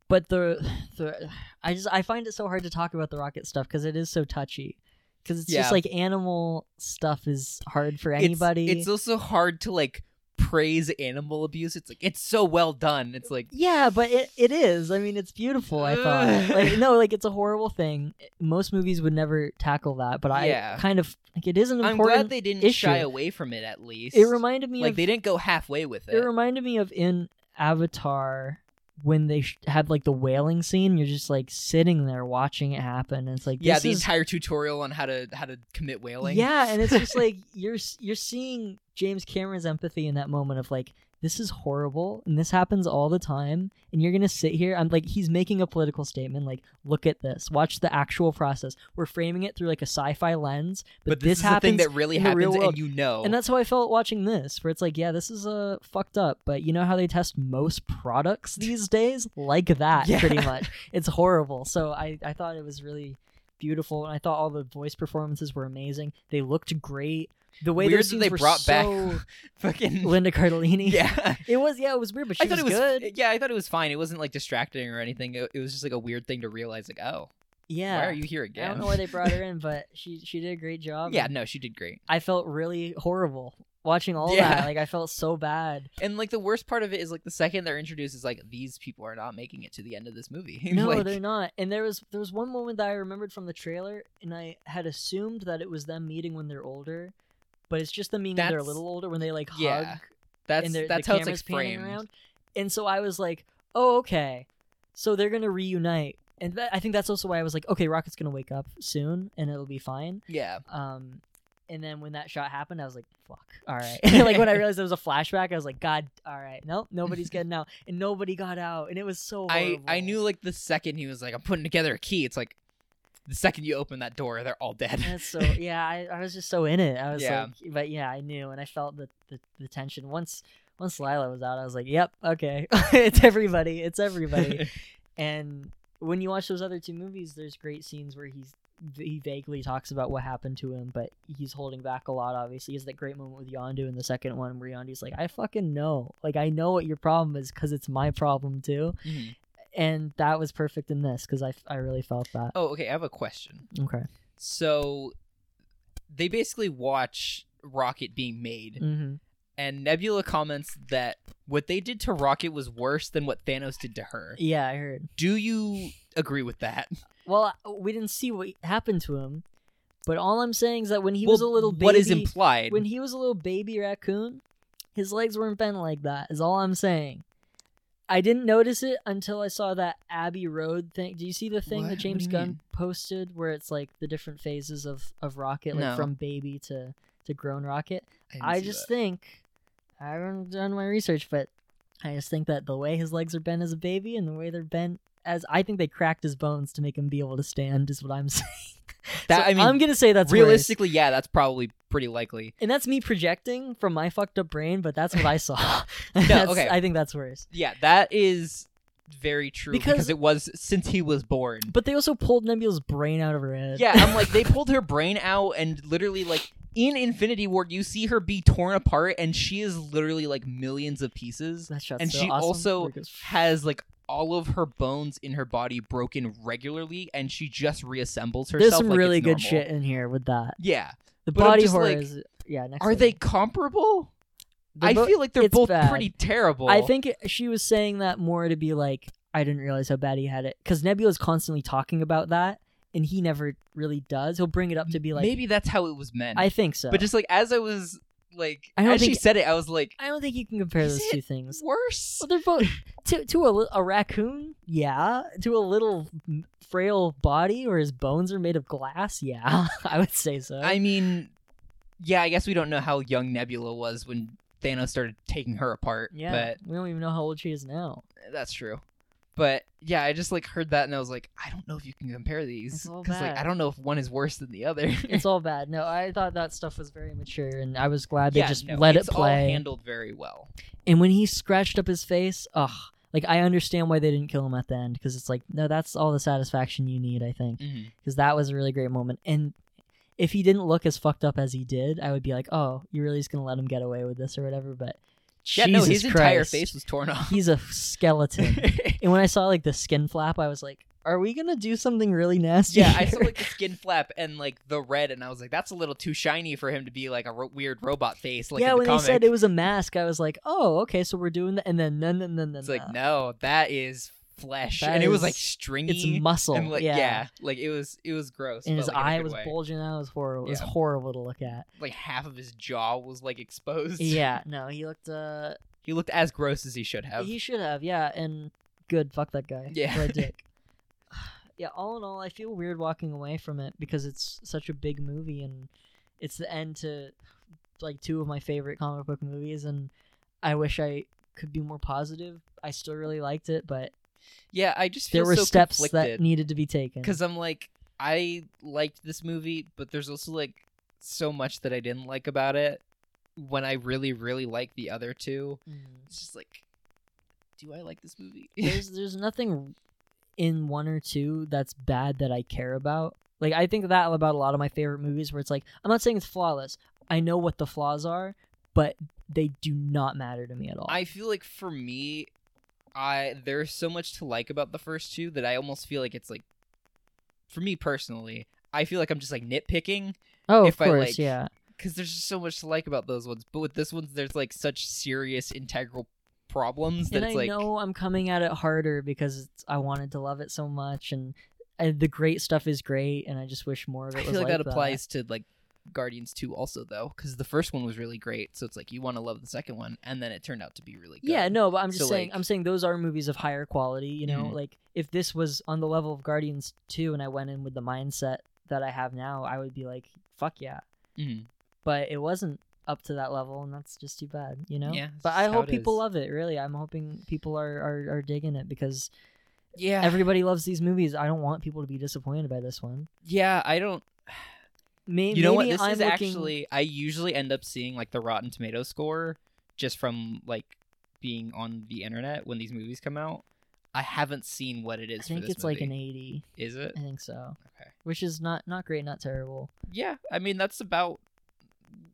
Speaker 2: But the the I just I find it so hard to talk about the rocket stuff because it is so touchy. Because it's
Speaker 3: Yeah.
Speaker 2: just like animal stuff is hard for
Speaker 3: It's-
Speaker 2: anybody.
Speaker 3: It's, also hard to like praise animal abuse. It's like it's so well done. It's like
Speaker 2: Yeah, but it, it is. I mean, it's beautiful. I thought, like, no, like it's a horrible thing. Most movies would never tackle that, but I
Speaker 3: Yeah.
Speaker 2: kind of like it is an
Speaker 3: I'm
Speaker 2: important.
Speaker 3: glad they didn't shy
Speaker 2: issue.
Speaker 3: away from it at least.
Speaker 2: it reminded me
Speaker 3: like
Speaker 2: of
Speaker 3: they didn't go halfway with it.
Speaker 2: it reminded me of in Avatar when they sh- had like the whaling scene, you're just like sitting there watching it happen. And it's like
Speaker 3: yeah,
Speaker 2: this
Speaker 3: the
Speaker 2: is-
Speaker 3: entire tutorial on how to how to commit whaling.
Speaker 2: Yeah, and it's just like you're s- you're seeing James Cameron's empathy in that moment of like this is horrible and this happens all the time and you're going to sit here I'm like he's making a political statement like look at this watch the actual process we're framing it through like a sci-fi lens but,
Speaker 3: but, this, is the
Speaker 2: happens
Speaker 3: thing that really
Speaker 2: in the real
Speaker 3: happens,
Speaker 2: world.
Speaker 3: and you know.
Speaker 2: and that's how I felt watching this, where it's like, yeah, this is uh, fucked up, but you know how they test most products these days? Like that,
Speaker 3: Yeah.
Speaker 2: pretty much. It's horrible. So I, I thought it was really beautiful, and I thought all the voice performances were amazing. They looked great. The way
Speaker 3: Weird
Speaker 2: those
Speaker 3: that
Speaker 2: scenes
Speaker 3: they
Speaker 2: were
Speaker 3: brought back
Speaker 2: so
Speaker 3: fucking
Speaker 2: Linda Cardellini.
Speaker 3: yeah.
Speaker 2: It was, yeah, it was weird, but she
Speaker 3: I thought
Speaker 2: was,
Speaker 3: it was eh,
Speaker 2: good.
Speaker 3: yeah, I thought it was fine. It wasn't like distracting or anything. It, it was just like a weird thing to realize, like, oh,
Speaker 2: yeah.
Speaker 3: why are you here
Speaker 2: I
Speaker 3: again?
Speaker 2: don't know why they brought her in, but she she did a great job.
Speaker 3: yeah, no, she did great.
Speaker 2: I felt really horrible watching all
Speaker 3: Yeah.
Speaker 2: that. Like I felt so bad.
Speaker 3: And like the worst part of it is like the second they're introduced is like these people are not making it to the end of this movie.
Speaker 2: No,
Speaker 3: like,
Speaker 2: they're not. And there was there was one moment that I remembered from the trailer, and I had assumed that it was them meeting when they're older, but it's just them meeting when they're a
Speaker 3: That's-
Speaker 2: little older when they like
Speaker 3: Yeah,
Speaker 2: hug
Speaker 3: that's
Speaker 2: and they're,
Speaker 3: that's
Speaker 2: the
Speaker 3: how it's like
Speaker 2: camera's panning
Speaker 3: framed.
Speaker 2: around. And so I was like, oh okay, so they're gonna reunite, and that, I think that's also why I was like, okay, Rocket's gonna wake up soon and it'll be fine.
Speaker 3: Yeah,
Speaker 2: Um, and then when that shot happened, I was like, fuck, all right. like when I realized it was a flashback, I was like, God, all right, nope, nobody's getting out, and nobody got out, and it was so.
Speaker 3: I I
Speaker 2: horrible.
Speaker 3: knew like the second he was like, I'm putting together a key. It's like the second you open that door, they're all dead.
Speaker 2: That's so yeah, I, I was just so in it. I was
Speaker 3: Yeah.
Speaker 2: like but yeah, I knew and I felt the, the, the tension. Once once Lila was out, I was like, Yep, okay. it's everybody, it's everybody. and when you watch those other two movies, there's great scenes where he's he vaguely talks about what happened to him, but he's holding back a lot, obviously. He has that great moment with Yondu in the second one where Yondu's like, I fucking know. Like I know what your problem is because it's my problem too.
Speaker 3: Mhm.
Speaker 2: And that was perfect in this because I, I really felt that.
Speaker 3: Oh, okay. I have a question.
Speaker 2: Okay.
Speaker 3: So they basically watch Rocket being made.
Speaker 2: Mm-hmm.
Speaker 3: and Nebula comments that what they did to Rocket was worse than what Thanos did to her.
Speaker 2: Yeah, I heard.
Speaker 3: Do you agree with that?
Speaker 2: Well, we didn't see what happened to him, but all I'm saying is that when he was a
Speaker 3: Well,
Speaker 2: little baby,
Speaker 3: What is implied?
Speaker 2: when he was a little baby raccoon, his legs weren't bent like that. Is all I'm saying. I didn't notice it until I saw that Abbey Road thing. Do you see the thing
Speaker 3: What?
Speaker 2: that
Speaker 3: What do you
Speaker 2: James Gunn
Speaker 3: mean?
Speaker 2: posted where it's like the different phases of of Rocket, like
Speaker 3: No.
Speaker 2: from baby to to grown Rocket?
Speaker 3: didn't
Speaker 2: I
Speaker 3: see
Speaker 2: just
Speaker 3: that.
Speaker 2: think I haven't done my research, but I just think that the way his legs are bent as a baby and the way they're bent as I think they cracked his bones to make him be able to stand is what I'm saying.
Speaker 3: That-
Speaker 2: So
Speaker 3: I mean,
Speaker 2: I'm gonna say that's realistic,
Speaker 3: realistically, yeah, that's probably pretty likely.
Speaker 2: and that's me projecting from my fucked up brain, but that's what I saw. That's-
Speaker 3: okay.
Speaker 2: I think that's worse.
Speaker 3: Yeah, that is very true because,
Speaker 2: Because-
Speaker 3: it was since he was born.
Speaker 2: But they also pulled Nebula's brain out of her head.
Speaker 3: yeah, I'm like they pulled her brain out and literally like in Infinity War, you see her be torn apart, and she is literally like millions of pieces.
Speaker 2: that shot's
Speaker 3: and
Speaker 2: so
Speaker 3: she
Speaker 2: awesome.
Speaker 3: also
Speaker 2: Where it goes-
Speaker 3: has like all of her bones in her body broken regularly, and she just reassembles herself.
Speaker 2: There's some
Speaker 3: like
Speaker 2: really
Speaker 3: it's
Speaker 2: good
Speaker 3: normal.
Speaker 2: shit in here with that.
Speaker 3: Yeah,
Speaker 2: The
Speaker 3: But I'm
Speaker 2: body
Speaker 3: just
Speaker 2: horror
Speaker 3: like,
Speaker 2: is yeah. Next
Speaker 3: are
Speaker 2: thing.
Speaker 3: they comparable?
Speaker 2: They're
Speaker 3: I
Speaker 2: bo-
Speaker 3: feel like they're
Speaker 2: it's
Speaker 3: both
Speaker 2: bad.
Speaker 3: pretty terrible.
Speaker 2: I think it- she was saying that more to be like, I didn't realize how bad he had it. Because Nebula's constantly talking about that, and he never really does. He'll bring it up to be like,
Speaker 3: maybe that's how it was meant.
Speaker 2: I think so.
Speaker 3: but just like as I was like,
Speaker 2: I don't
Speaker 3: as she
Speaker 2: think-
Speaker 3: said it, I was like,
Speaker 2: I don't think you can compare
Speaker 3: Is
Speaker 2: those
Speaker 3: it
Speaker 2: two things.
Speaker 3: worse.
Speaker 2: Well, they're both to to a, li- a raccoon, yeah. To a little m- frail body where his bones are made of glass, yeah. I would say so.
Speaker 3: I mean, yeah, I guess we don't know how young Nebula was when Thanos started taking her apart.
Speaker 2: yeah,
Speaker 3: but
Speaker 2: we don't even know how old she is now.
Speaker 3: That's true. But yeah, I just like heard that and I was like, I don't know if you can compare these
Speaker 2: It's all
Speaker 3: like
Speaker 2: bad.
Speaker 3: I don't know if one is worse than the other.
Speaker 2: It's all bad. No, I thought that stuff was very mature, and I was glad they
Speaker 3: yeah,
Speaker 2: just
Speaker 3: no,
Speaker 2: let
Speaker 3: it's
Speaker 2: it play.
Speaker 3: All handled very well.
Speaker 2: And when he scratched up his face, ugh, like I understand why they didn't kill him at the end because it's like, no, that's all the satisfaction you need, I
Speaker 3: Mm.
Speaker 2: think,
Speaker 3: Mm-hmm.
Speaker 2: because that was a really great moment. And if he didn't look as fucked up as he did, I would be like, oh, you really just gonna let him get away with this or whatever? But
Speaker 3: Yeah, no,
Speaker 2: Jesus
Speaker 3: his entire
Speaker 2: Christ,
Speaker 3: face was torn off.
Speaker 2: He's a skeleton. and when I saw like the skin flap, I was like, are we gonna do something really nasty?
Speaker 3: yeah, I saw
Speaker 2: here?
Speaker 3: like the skin flap and like the red, and I was like, that's a little too shiny for him to be like a ro- weird robot face. Like
Speaker 2: yeah,
Speaker 3: in the
Speaker 2: when
Speaker 3: comic.
Speaker 2: they said it was a mask, I was like, oh, okay, so we're doing that. And then, uh, no, no, no, no,
Speaker 3: it's
Speaker 2: no.
Speaker 3: like no, that is flesh,
Speaker 2: That
Speaker 3: and it was
Speaker 2: is-
Speaker 3: like stringy.
Speaker 2: it's muscle.
Speaker 3: and, like,
Speaker 2: yeah.
Speaker 3: like it was it was gross.
Speaker 2: and
Speaker 3: but,
Speaker 2: his
Speaker 3: like, in a
Speaker 2: eye
Speaker 3: good
Speaker 2: was
Speaker 3: way.
Speaker 2: bulging out. It was horrible. It was
Speaker 3: Yeah.
Speaker 2: horrible to look at.
Speaker 3: Like half of his jaw was like exposed.
Speaker 2: yeah, no, he looked. uh
Speaker 3: He looked as gross as he should have.
Speaker 2: He should have. Yeah, and good. Fuck that guy.
Speaker 3: Yeah.
Speaker 2: What a dick. yeah. All in all, I feel weird walking away from it because it's such a big movie and it's the end to like two of my favorite comic book movies, and I wish I could be more positive. I still really liked it, but
Speaker 3: Yeah, I just feel
Speaker 2: there were
Speaker 3: so
Speaker 2: steps that
Speaker 3: conflicted
Speaker 2: needed to be taken.
Speaker 3: because I'm like, I liked this movie, but there's also like so much that I didn't like about it when I really, really like the other two.
Speaker 2: Mhm.
Speaker 3: It's just like, do I like this movie?
Speaker 2: there's there's nothing in one or two that's bad that I care about. Like I think that about a lot of my favorite movies where it's like I'm not saying it's flawless. I know what the flaws are, but they do not matter to me at all.
Speaker 3: I feel like for me, I there's so much to like about the first two that I almost feel like it's like, for me personally, I feel like I'm just like nitpicking
Speaker 2: oh, of
Speaker 3: if I,
Speaker 2: course,
Speaker 3: like,
Speaker 2: yeah.
Speaker 3: because there's just so much to like about those ones. But with this one's, there's like such serious integral problems that
Speaker 2: And I
Speaker 3: it's like,
Speaker 2: know I'm coming at it harder because it's, I wanted to love it so much, and, and the great stuff is great, and I just wish more of it
Speaker 3: I
Speaker 2: was
Speaker 3: feel like, that
Speaker 2: like
Speaker 3: applies to like Guardians 2 also though, because the first one was really great. So it's like you want to love the second one, and then it turned out to be really good.
Speaker 2: Yeah, no, but I'm just
Speaker 3: So,
Speaker 2: saying
Speaker 3: like-
Speaker 2: I'm saying those are movies of higher quality, you know?
Speaker 3: Mhm.
Speaker 2: Like if this was on the level of Guardians 2 and I went in with the mindset that I have now, I would be like, fuck yeah.
Speaker 3: Mhm.
Speaker 2: But it wasn't up to that level and that's just too bad, you know?
Speaker 3: Yeah, it's
Speaker 2: but I
Speaker 3: just how
Speaker 2: hope
Speaker 3: it
Speaker 2: people
Speaker 3: is.
Speaker 2: love it, really. I'm hoping people are, are, are digging it because
Speaker 3: yeah,
Speaker 2: everybody loves these movies. I don't want people to be disappointed by this one.
Speaker 3: yeah. I don't.
Speaker 2: May-
Speaker 3: you know what
Speaker 2: maybe
Speaker 3: this
Speaker 2: I'm
Speaker 3: is
Speaker 2: looking-
Speaker 3: actually i usually end up seeing like the rotten tomato score just from like being on the internet when these movies come out i haven't seen what it is
Speaker 2: I think
Speaker 3: for this
Speaker 2: it's like an Uh, 80.
Speaker 3: eight is it
Speaker 2: I think so.
Speaker 3: Okay.
Speaker 2: Which is not not great, not terrible.
Speaker 3: yeah i mean that's about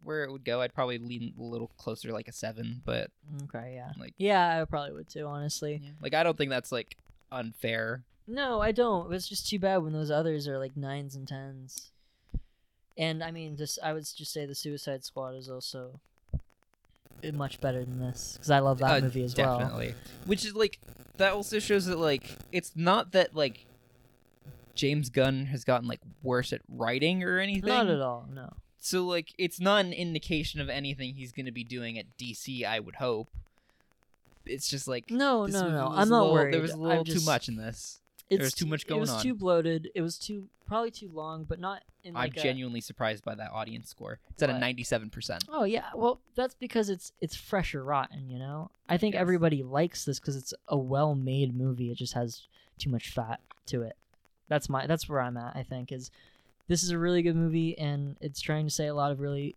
Speaker 3: where it would go i'd probably lean a little closer like a seven but
Speaker 2: Okay, Uh, yeah.
Speaker 3: like
Speaker 2: Yeah, I probably would too, honestly.
Speaker 3: yeah. like i don't think that's like unfair
Speaker 2: No, I don't. It's just too bad when those others are like nines and tens. And I mean, this I would just say the Suicide Squad is also much better than this because I love that
Speaker 3: Uh,
Speaker 2: movie as well.
Speaker 3: definitely which is like that also shows that like it's not that like james gunn has gotten like worse at writing or anything
Speaker 2: Not at all. No.
Speaker 3: so like it's not an indication of anything he's going to be doing at DC. I would hope. It's just like
Speaker 2: No,
Speaker 3: this
Speaker 2: no,
Speaker 3: movie
Speaker 2: no.
Speaker 3: was
Speaker 2: I'm
Speaker 3: a
Speaker 2: not
Speaker 3: little-
Speaker 2: worried.
Speaker 3: There was a
Speaker 2: I'm
Speaker 3: little
Speaker 2: just-
Speaker 3: too much in this.
Speaker 2: It's
Speaker 3: was too much
Speaker 2: It
Speaker 3: going
Speaker 2: was
Speaker 3: on.
Speaker 2: too bloated. It was too probably too long, but not in like
Speaker 3: I'm
Speaker 2: a-
Speaker 3: genuinely surprised by that audience score. It's at a
Speaker 2: What?
Speaker 3: 97. percent
Speaker 2: Oh yeah, well that's because it's it's fresh or rotten, you know. I think
Speaker 3: guess.
Speaker 2: everybody likes this because it's a well-made movie. It just has too much fat to it. That's my that's where I'm at. I think is this is a really good movie and it's trying to say a lot of really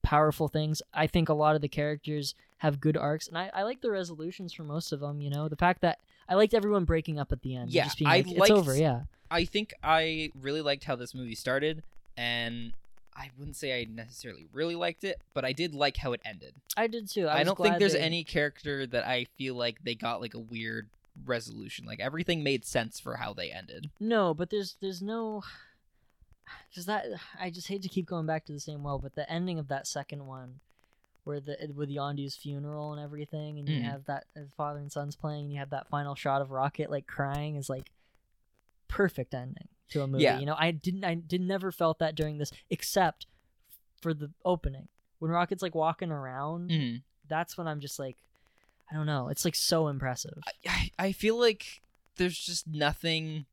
Speaker 2: powerful things. I think a lot of the characters have good arcs and I, I like the resolutions for most of them. You know, the fact that I liked everyone breaking up at the end. and
Speaker 3: Yeah,
Speaker 2: just being
Speaker 3: I
Speaker 2: like, it's
Speaker 3: liked-
Speaker 2: over. Yeah,
Speaker 3: I think I really liked how this movie started, and I wouldn't say I necessarily really liked it, but I did like how it ended.
Speaker 2: I did too. I,
Speaker 3: I,
Speaker 2: was
Speaker 3: don't think
Speaker 2: glad
Speaker 3: there's
Speaker 2: they-
Speaker 3: any character that I feel like they got like a weird resolution. Like everything made sense for how they ended.
Speaker 2: No, but there's there's no because that I just hate to keep going back to the same well, but the ending of that second one where the with Yondu's funeral and everything, and you
Speaker 3: Mm.
Speaker 2: have that uh, father and son's playing, and you have that final shot of Rocket like crying is like perfect ending to a movie.
Speaker 3: Yeah.
Speaker 2: You know, I didn't I did never felt that during this except for the opening when Rocket's like walking around.
Speaker 3: Mm.
Speaker 2: That's when I'm just like. I don't know. It's like so impressive.
Speaker 3: I, I feel like there's just nothing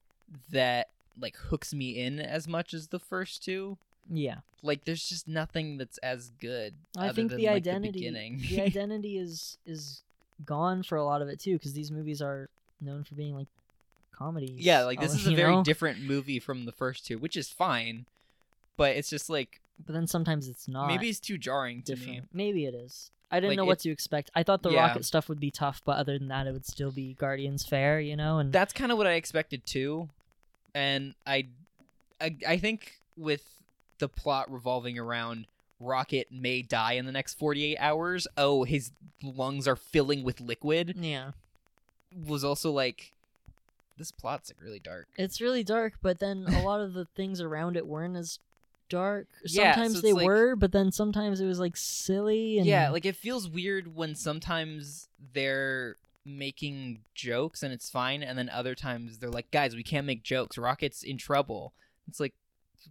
Speaker 3: that like hooks me in as much as the first two.
Speaker 2: Yeah.
Speaker 3: Like there's just nothing that's as good.
Speaker 2: I
Speaker 3: other
Speaker 2: think
Speaker 3: than,
Speaker 2: the
Speaker 3: like,
Speaker 2: identity
Speaker 3: The beginning.
Speaker 2: the identity is is gone for a lot of it too because these movies are known for being like comedies.
Speaker 3: yeah, like this
Speaker 2: all-
Speaker 3: is a
Speaker 2: you
Speaker 3: very
Speaker 2: know?
Speaker 3: different movie from the first two, which is fine. But it's just like
Speaker 2: But then sometimes it's not.
Speaker 3: maybe it's too jarring to me.
Speaker 2: different. Maybe it is. I didn't
Speaker 3: Like,
Speaker 2: know what
Speaker 3: it-
Speaker 2: to expect. I thought the
Speaker 3: Yeah.
Speaker 2: rocket stuff would be tough, but other than that, it would still be Guardians fair, you know. And
Speaker 3: That's kind of what I expected too, and I, I, I think with the plot revolving around Rocket may die in the next 48 hours. Oh, his lungs are filling with liquid.
Speaker 2: yeah,
Speaker 3: was also like this plot's like really dark.
Speaker 2: it's really dark. But then a lot of the things around it weren't as dark.
Speaker 3: Yeah,
Speaker 2: Sometimes
Speaker 3: so it's
Speaker 2: they
Speaker 3: like-
Speaker 2: were, but then sometimes it was like silly. And...
Speaker 3: Yeah, like it feels weird when sometimes they're making jokes and it's fine and then other times they're like guys, we can't make jokes. Rocket's in trouble. It's like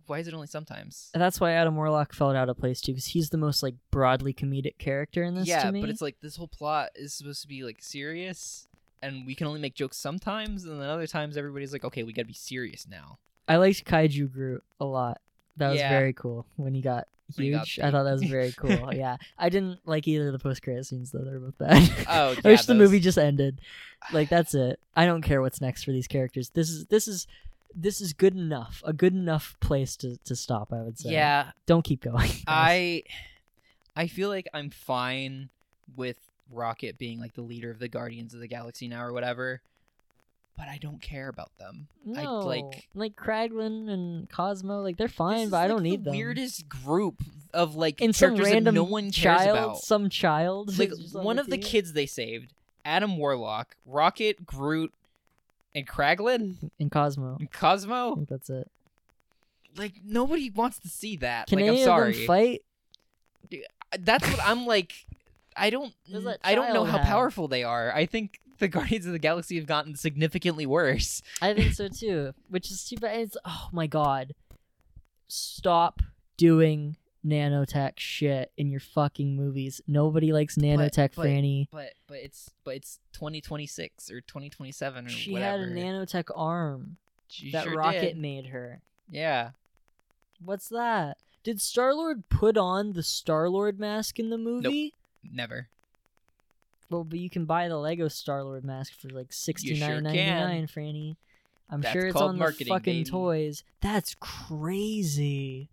Speaker 3: why is it only sometimes?
Speaker 2: That's why Adam Warlock felt out of place too, because he's the most like broadly comedic character in this.
Speaker 3: Yeah,
Speaker 2: to me.
Speaker 3: but it's like this whole plot is supposed to be like serious and we can only make jokes sometimes, and then other times everybody's like, okay, we gotta be serious now.
Speaker 2: I liked Kaiju Groot a lot. That was
Speaker 3: Yeah.
Speaker 2: very cool when he got
Speaker 3: When he got
Speaker 2: huge. I
Speaker 3: big.
Speaker 2: thought that was very cool. yeah, I didn't like either of the post credit scenes though. They're both bad.
Speaker 3: Oh,
Speaker 2: I
Speaker 3: yeah,
Speaker 2: wish the
Speaker 3: those-
Speaker 2: movie just ended. Like that's it. I don't care what's next for these characters. This is this is this is good enough. A good enough place to to stop. I would say.
Speaker 3: yeah,
Speaker 2: Don't keep going. guys.
Speaker 3: I I feel like I'm fine with Rocket being like the leader of the Guardians of the Galaxy now or whatever, but I don't care about them. I
Speaker 2: no.
Speaker 3: like
Speaker 2: like Kraglin and Cosmo. Like they're
Speaker 3: This
Speaker 2: fine,
Speaker 3: is,
Speaker 2: but I
Speaker 3: like,
Speaker 2: don't
Speaker 3: the
Speaker 2: need them.
Speaker 3: Weirdest group of like
Speaker 2: and some
Speaker 3: characters
Speaker 2: random
Speaker 3: that no one cares
Speaker 2: child,
Speaker 3: about.
Speaker 2: some child. who's
Speaker 3: Like
Speaker 2: just on
Speaker 3: one of the
Speaker 2: team.
Speaker 3: kids they saved, Adam Warlock, Rocket, Groot, and Kraglin,
Speaker 2: and Cosmo. I
Speaker 3: and Cosmo.
Speaker 2: think that's it.
Speaker 3: Like nobody wants to see that.
Speaker 2: Can
Speaker 3: like
Speaker 2: any
Speaker 3: I'm sorry.
Speaker 2: of them fight?
Speaker 3: That's what I'm like. I don't.
Speaker 2: Does that
Speaker 3: I don't know
Speaker 2: child
Speaker 3: how
Speaker 2: have?
Speaker 3: powerful they are. I think the Guardians of the Galaxy have gotten significantly worse.
Speaker 2: I think so too. Which is too bad. It's oh my god. Stop doing nanotech shit in your fucking movies. Nobody likes nanotech
Speaker 3: but-
Speaker 2: Franny.
Speaker 3: But but it's but it's 2026 or 2027 or
Speaker 2: She had
Speaker 3: whatever.
Speaker 2: a nanotech arm
Speaker 3: She
Speaker 2: that
Speaker 3: sure
Speaker 2: Rocket
Speaker 3: did.
Speaker 2: made her.
Speaker 3: Yeah.
Speaker 2: What's that? Did Star Lord put on the Star Lord mask in the movie?
Speaker 3: Never.
Speaker 2: Well, but you can buy the Lego Star Lord mask for like sixty
Speaker 3: sure
Speaker 2: nine ninety nine, Franny. I'm
Speaker 3: That's
Speaker 2: sure it's
Speaker 3: called
Speaker 2: on the
Speaker 3: marketing,
Speaker 2: fucking
Speaker 3: baby.
Speaker 2: toys. That's crazy.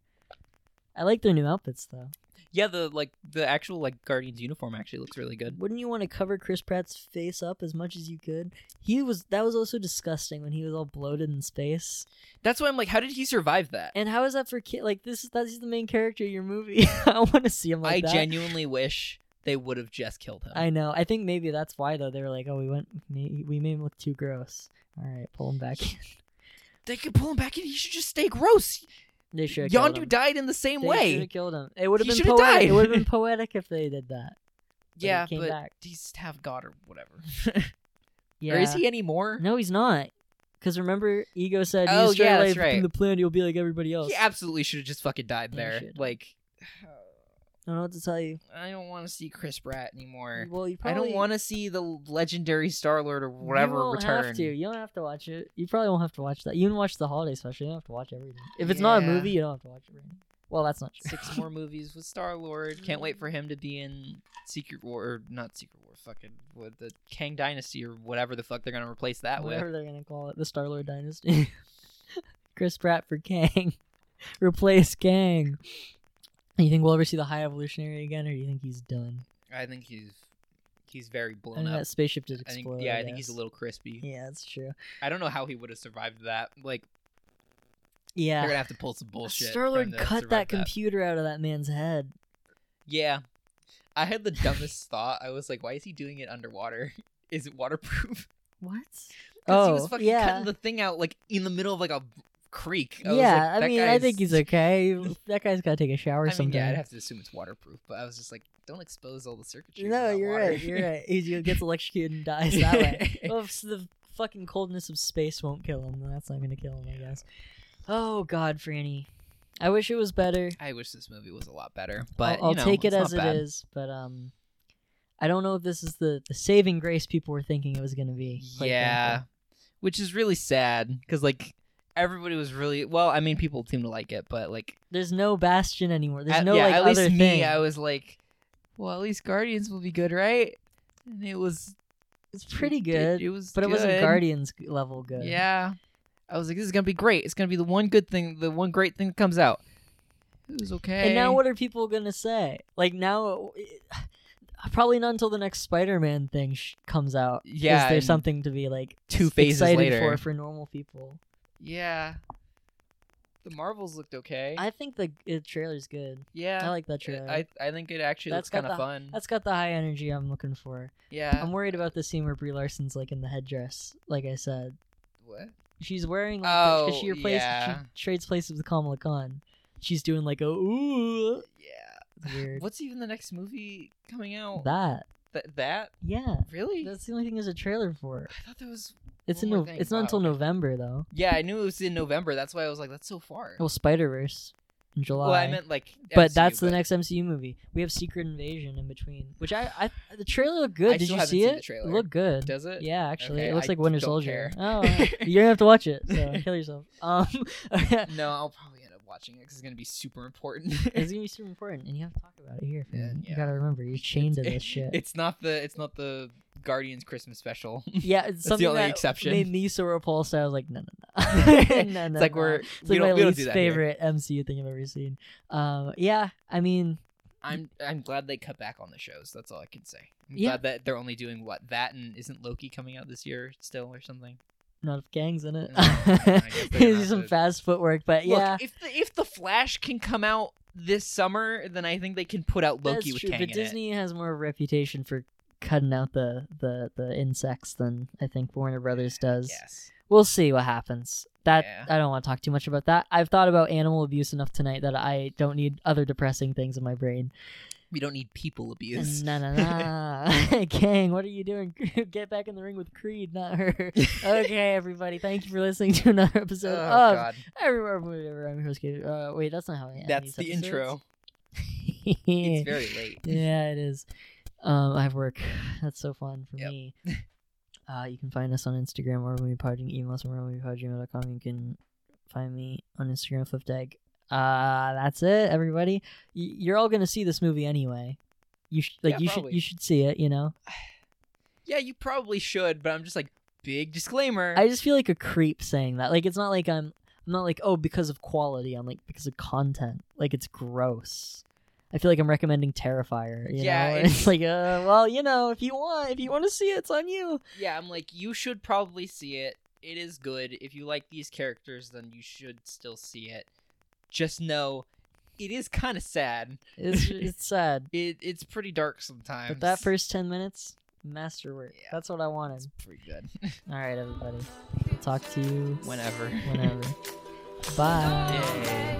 Speaker 2: I like their new outfits though.
Speaker 3: Yeah. The like the actual like Guardians uniform actually looks really good.
Speaker 2: Wouldn't you want to cover Chris Pratt's face up as much as you could? He was that was also disgusting when he was all bloated in space.
Speaker 3: That's why I'm like, how did he survive that?
Speaker 2: And how is that for kid? Like this is that's the main character of your movie. I want to see him like
Speaker 3: I
Speaker 2: that.
Speaker 3: genuinely wish they would have just killed him.
Speaker 2: I know. I think maybe that's why though they were like, oh, we went, may- we made him look too gross. All right, pull him back. in.
Speaker 3: They could pull him back, and he should just stay gross.
Speaker 2: they should.
Speaker 3: Yondu died in the same
Speaker 2: They
Speaker 3: way.
Speaker 2: should have killed him. It would have
Speaker 3: He
Speaker 2: been
Speaker 3: should've
Speaker 2: poetic. It
Speaker 3: died.
Speaker 2: would have been poetic if they did that. But he
Speaker 3: yeah,
Speaker 2: came
Speaker 3: but
Speaker 2: back.
Speaker 3: he's half god or whatever.
Speaker 2: Yeah.
Speaker 3: Or is he anymore?
Speaker 2: No, he's not. Because remember, Ego said,
Speaker 3: Oh,
Speaker 2: "You stray
Speaker 3: yeah,
Speaker 2: away
Speaker 3: that's
Speaker 2: from
Speaker 3: right.
Speaker 2: the planet, you'll be like everybody else."
Speaker 3: He absolutely should have just fucking died
Speaker 2: Yeah, he
Speaker 3: there.
Speaker 2: should.
Speaker 3: Like,
Speaker 2: I don't know what to tell you.
Speaker 3: I don't want to see Chris Pratt anymore.
Speaker 2: Well, you
Speaker 3: I
Speaker 2: probably
Speaker 3: don't want to see the legendary Star Lord or
Speaker 2: you
Speaker 3: whatever
Speaker 2: won't
Speaker 3: return.
Speaker 2: Have to. You don't have to watch it. You probably won't have to watch that. You can watch the holiday special. You don't have to watch everything. If it's not a
Speaker 3: Yeah.
Speaker 2: movie, you don't have to watch everything. Well, that's not true.
Speaker 3: Six more movies with Star Lord. Can't wait
Speaker 2: Mm.
Speaker 3: for him to be in Secret War or not Secret War, fucking what the Kang Dynasty or whatever the fuck they're gonna replace that
Speaker 2: whatever
Speaker 3: with.
Speaker 2: they're gonna call it, the Star Lord Dynasty. Chris Pratt for Kang, replace Kang. You think we'll ever see the High Evolutionary again, or do you think he's done?
Speaker 3: I think he's he's very
Speaker 2: I
Speaker 3: blown
Speaker 2: think
Speaker 3: up.
Speaker 2: that spaceship did
Speaker 3: I think
Speaker 2: explode.
Speaker 3: yeah, I think he's a
Speaker 2: guess.
Speaker 3: little crispy.
Speaker 2: Yeah, that's true.
Speaker 3: I don't know how he would have survived that. Like they're
Speaker 2: Yeah,
Speaker 3: gonna have to pull some bullshit.
Speaker 2: Star
Speaker 3: from
Speaker 2: Lord
Speaker 3: to
Speaker 2: cut
Speaker 3: survive
Speaker 2: that computer out of that man's head.
Speaker 3: Yeah. I had the dumbest thought. I was like, why is he doing it underwater? Is it waterproof?
Speaker 2: What?
Speaker 3: 'Cause
Speaker 2: Oh,
Speaker 3: he was fucking
Speaker 2: yeah.
Speaker 3: cutting the thing out like in the middle of like a creek. I was
Speaker 2: yeah,
Speaker 3: like,
Speaker 2: I
Speaker 3: that
Speaker 2: mean, I
Speaker 3: guy's-
Speaker 2: think he's okay. that guy's got to take a shower
Speaker 3: I mean,
Speaker 2: sometime.
Speaker 3: yeah, I'd have to assume it's waterproof, but I was just like, don't expose all the circuitry. in
Speaker 2: no,
Speaker 3: that
Speaker 2: you're
Speaker 3: water.
Speaker 2: right. You're right. He just gets electrocuted and dies that way. Well, if the fucking coldness of space won't kill him, then that's not going to kill him, I guess. Oh God, Franny, I wish it was better.
Speaker 3: I wish this movie was a lot better, but
Speaker 2: I'll, I'll
Speaker 3: you know,
Speaker 2: take it
Speaker 3: it's
Speaker 2: as
Speaker 3: not
Speaker 2: it
Speaker 3: bad.
Speaker 2: is. But um, I don't know if this is the the saving grace people were thinking it was going to be. uh, quite
Speaker 3: Yeah,
Speaker 2: frankly.
Speaker 3: which is really sad because like everybody was really well. I mean, people seem to like it, but like
Speaker 2: there's no Bastion anymore. There's
Speaker 3: At-
Speaker 2: no
Speaker 3: Uh, yeah,
Speaker 2: like
Speaker 3: at least
Speaker 2: other
Speaker 3: me,
Speaker 2: thing.
Speaker 3: I was like, well, at least Guardians will be good, right? And it was
Speaker 2: It's pretty
Speaker 3: it-
Speaker 2: good,
Speaker 3: It, was,
Speaker 2: but it wasn't
Speaker 3: good.
Speaker 2: Guardians level good.
Speaker 3: Yeah, I was like, this is gonna be great. It's gonna be the one good thing, the one great thing that comes out. It was okay.
Speaker 2: And now what are people gonna say? Like now, probably not until the next Spider-Man thing sh- comes out. is
Speaker 3: Yeah,
Speaker 2: there
Speaker 3: and
Speaker 2: something to be like
Speaker 3: two
Speaker 2: s-
Speaker 3: phases
Speaker 2: excited
Speaker 3: later.
Speaker 2: for for normal people?
Speaker 3: Yeah, the Marvels looked okay.
Speaker 2: I think the uh, trailer's good.
Speaker 3: yeah,
Speaker 2: I like that
Speaker 3: it-
Speaker 2: trailer.
Speaker 3: I I think it actually
Speaker 2: That's got
Speaker 3: looks kind of fun.
Speaker 2: That's got the high energy I'm looking for.
Speaker 3: yeah.
Speaker 2: I'm worried about the scene where Brie Larson's like in the headdress. Like I said,
Speaker 3: what?
Speaker 2: she's wearing like the-
Speaker 3: Oh,
Speaker 2: she replaced
Speaker 3: yeah.
Speaker 2: she trades places with Kamala Khan. She's doing like a ooh
Speaker 3: Yeah.
Speaker 2: It's weird
Speaker 3: What's even the next movie coming out?
Speaker 2: that
Speaker 3: Th- that
Speaker 2: yeah.
Speaker 3: really?
Speaker 2: That's the only thing there's a trailer for.
Speaker 3: I thought that was
Speaker 2: It's
Speaker 3: One
Speaker 2: in
Speaker 3: more
Speaker 2: no-
Speaker 3: thing.
Speaker 2: it's not
Speaker 3: Wow,
Speaker 2: until
Speaker 3: okay.
Speaker 2: November though.
Speaker 3: Yeah, I knew it was in November. That's why I was like, that's so far.
Speaker 2: Well, Spider Verse. in July.
Speaker 3: Well, I meant like,
Speaker 2: but
Speaker 3: MCU,
Speaker 2: that's the next MCU movie. We have Secret Invasion in between, which I, I the trailer looked good.
Speaker 3: I
Speaker 2: Did
Speaker 3: still
Speaker 2: you
Speaker 3: haven't
Speaker 2: see
Speaker 3: seen
Speaker 2: it?
Speaker 3: the trailer.
Speaker 2: It looked good.
Speaker 3: Does it?
Speaker 2: Yeah, actually,
Speaker 3: Okay,
Speaker 2: it looks like
Speaker 3: I
Speaker 2: Winter
Speaker 3: don't
Speaker 2: Soldier.
Speaker 3: care.
Speaker 2: Oh, you're gonna have to watch it. So kill yourself. Um, it's
Speaker 3: No, I'll probably end up watching it because it's gonna be super important.
Speaker 2: gonna be super important, and you have to talk about it here.
Speaker 3: Yeah,
Speaker 2: man. You
Speaker 3: yeah.
Speaker 2: gotta remember, you're chained to this shit.
Speaker 3: It's not the it's not the Guardians Christmas special. It's
Speaker 2: yeah, it's
Speaker 3: the
Speaker 2: something
Speaker 3: only
Speaker 2: that
Speaker 3: exception.
Speaker 2: made me so repulsed. I was like, no, no, no, no, no.
Speaker 3: like
Speaker 2: no.
Speaker 3: we're
Speaker 2: It's
Speaker 3: we
Speaker 2: like
Speaker 3: don't,
Speaker 2: my
Speaker 3: we don't
Speaker 2: least
Speaker 3: do that here.
Speaker 2: favorite MCU thing I've ever seen. Um, yeah, I mean,
Speaker 3: I'm I'm glad they cut back on the shows. That's all I can say. I'm
Speaker 2: Yeah.
Speaker 3: glad that they're only doing what that and isn't Loki coming out this year still or something.
Speaker 2: not if gangs in it.
Speaker 3: No, I guess they're gonna
Speaker 2: It's some
Speaker 3: have to-
Speaker 2: fast footwork, but yeah,
Speaker 3: Look, if the, if the Flash can come out this summer, then I think they can put out Loki
Speaker 2: that's
Speaker 3: with
Speaker 2: true.
Speaker 3: Kang
Speaker 2: But
Speaker 3: in
Speaker 2: Disney has more of a reputation for cutting out the the the insects than I think Warner Brothers
Speaker 3: it.
Speaker 2: does.
Speaker 3: Yes.
Speaker 2: We'll see what happens. That
Speaker 3: Yeah.
Speaker 2: I don't want to talk too much about that. I've thought about animal abuse enough tonight that I don't need other depressing things in my brain.
Speaker 3: We don't need people abuse.
Speaker 2: Na na na, gang, what are you doing? Get back in the ring with Creed, not her.
Speaker 3: Oh,
Speaker 2: okay, everybody, thank you for listening to another episode of Everywhere, whatever. I'm your host. Gabe. Uh, wait, that's not how I end
Speaker 3: That's
Speaker 2: these
Speaker 3: the
Speaker 2: episodes.
Speaker 3: intro. It's very late.
Speaker 2: yeah, it is. Um, I have work. That's so fun for
Speaker 3: Yep.
Speaker 2: me. Uh, you can find us on Instagram or we podging email us or we podging.com. You can find me on Instagram flipped egg. Uh, that's it, everybody. Y- you're all gonna see this movie anyway. You sh- like
Speaker 3: Yeah,
Speaker 2: you should
Speaker 3: probably.
Speaker 2: you should see it. You know,
Speaker 3: Yeah, you probably should, but I'm just like big disclaimer.
Speaker 2: I just feel like a creep saying that. Like it's not like I'm I'm not like oh because of quality. I'm like because of content. Like it's gross. I feel like I'm recommending Terrifier. You
Speaker 3: Yeah,
Speaker 2: know?
Speaker 3: it's-
Speaker 2: it's, like uh, well you know if you want if you want to see it, it's on you.
Speaker 3: yeah, I'm like you should probably see it. It is good. If you like these characters, then you should still see it. Just know it is kind of sad.
Speaker 2: It's it's sad,
Speaker 3: It it's pretty dark sometimes.
Speaker 2: but that first ten minutes masterwork.
Speaker 3: Yeah.
Speaker 2: That's what I wanted.
Speaker 3: pretty good.
Speaker 2: All right, everybody. Talk to you
Speaker 3: Whenever.
Speaker 2: whenever. Bye.
Speaker 3: Yay.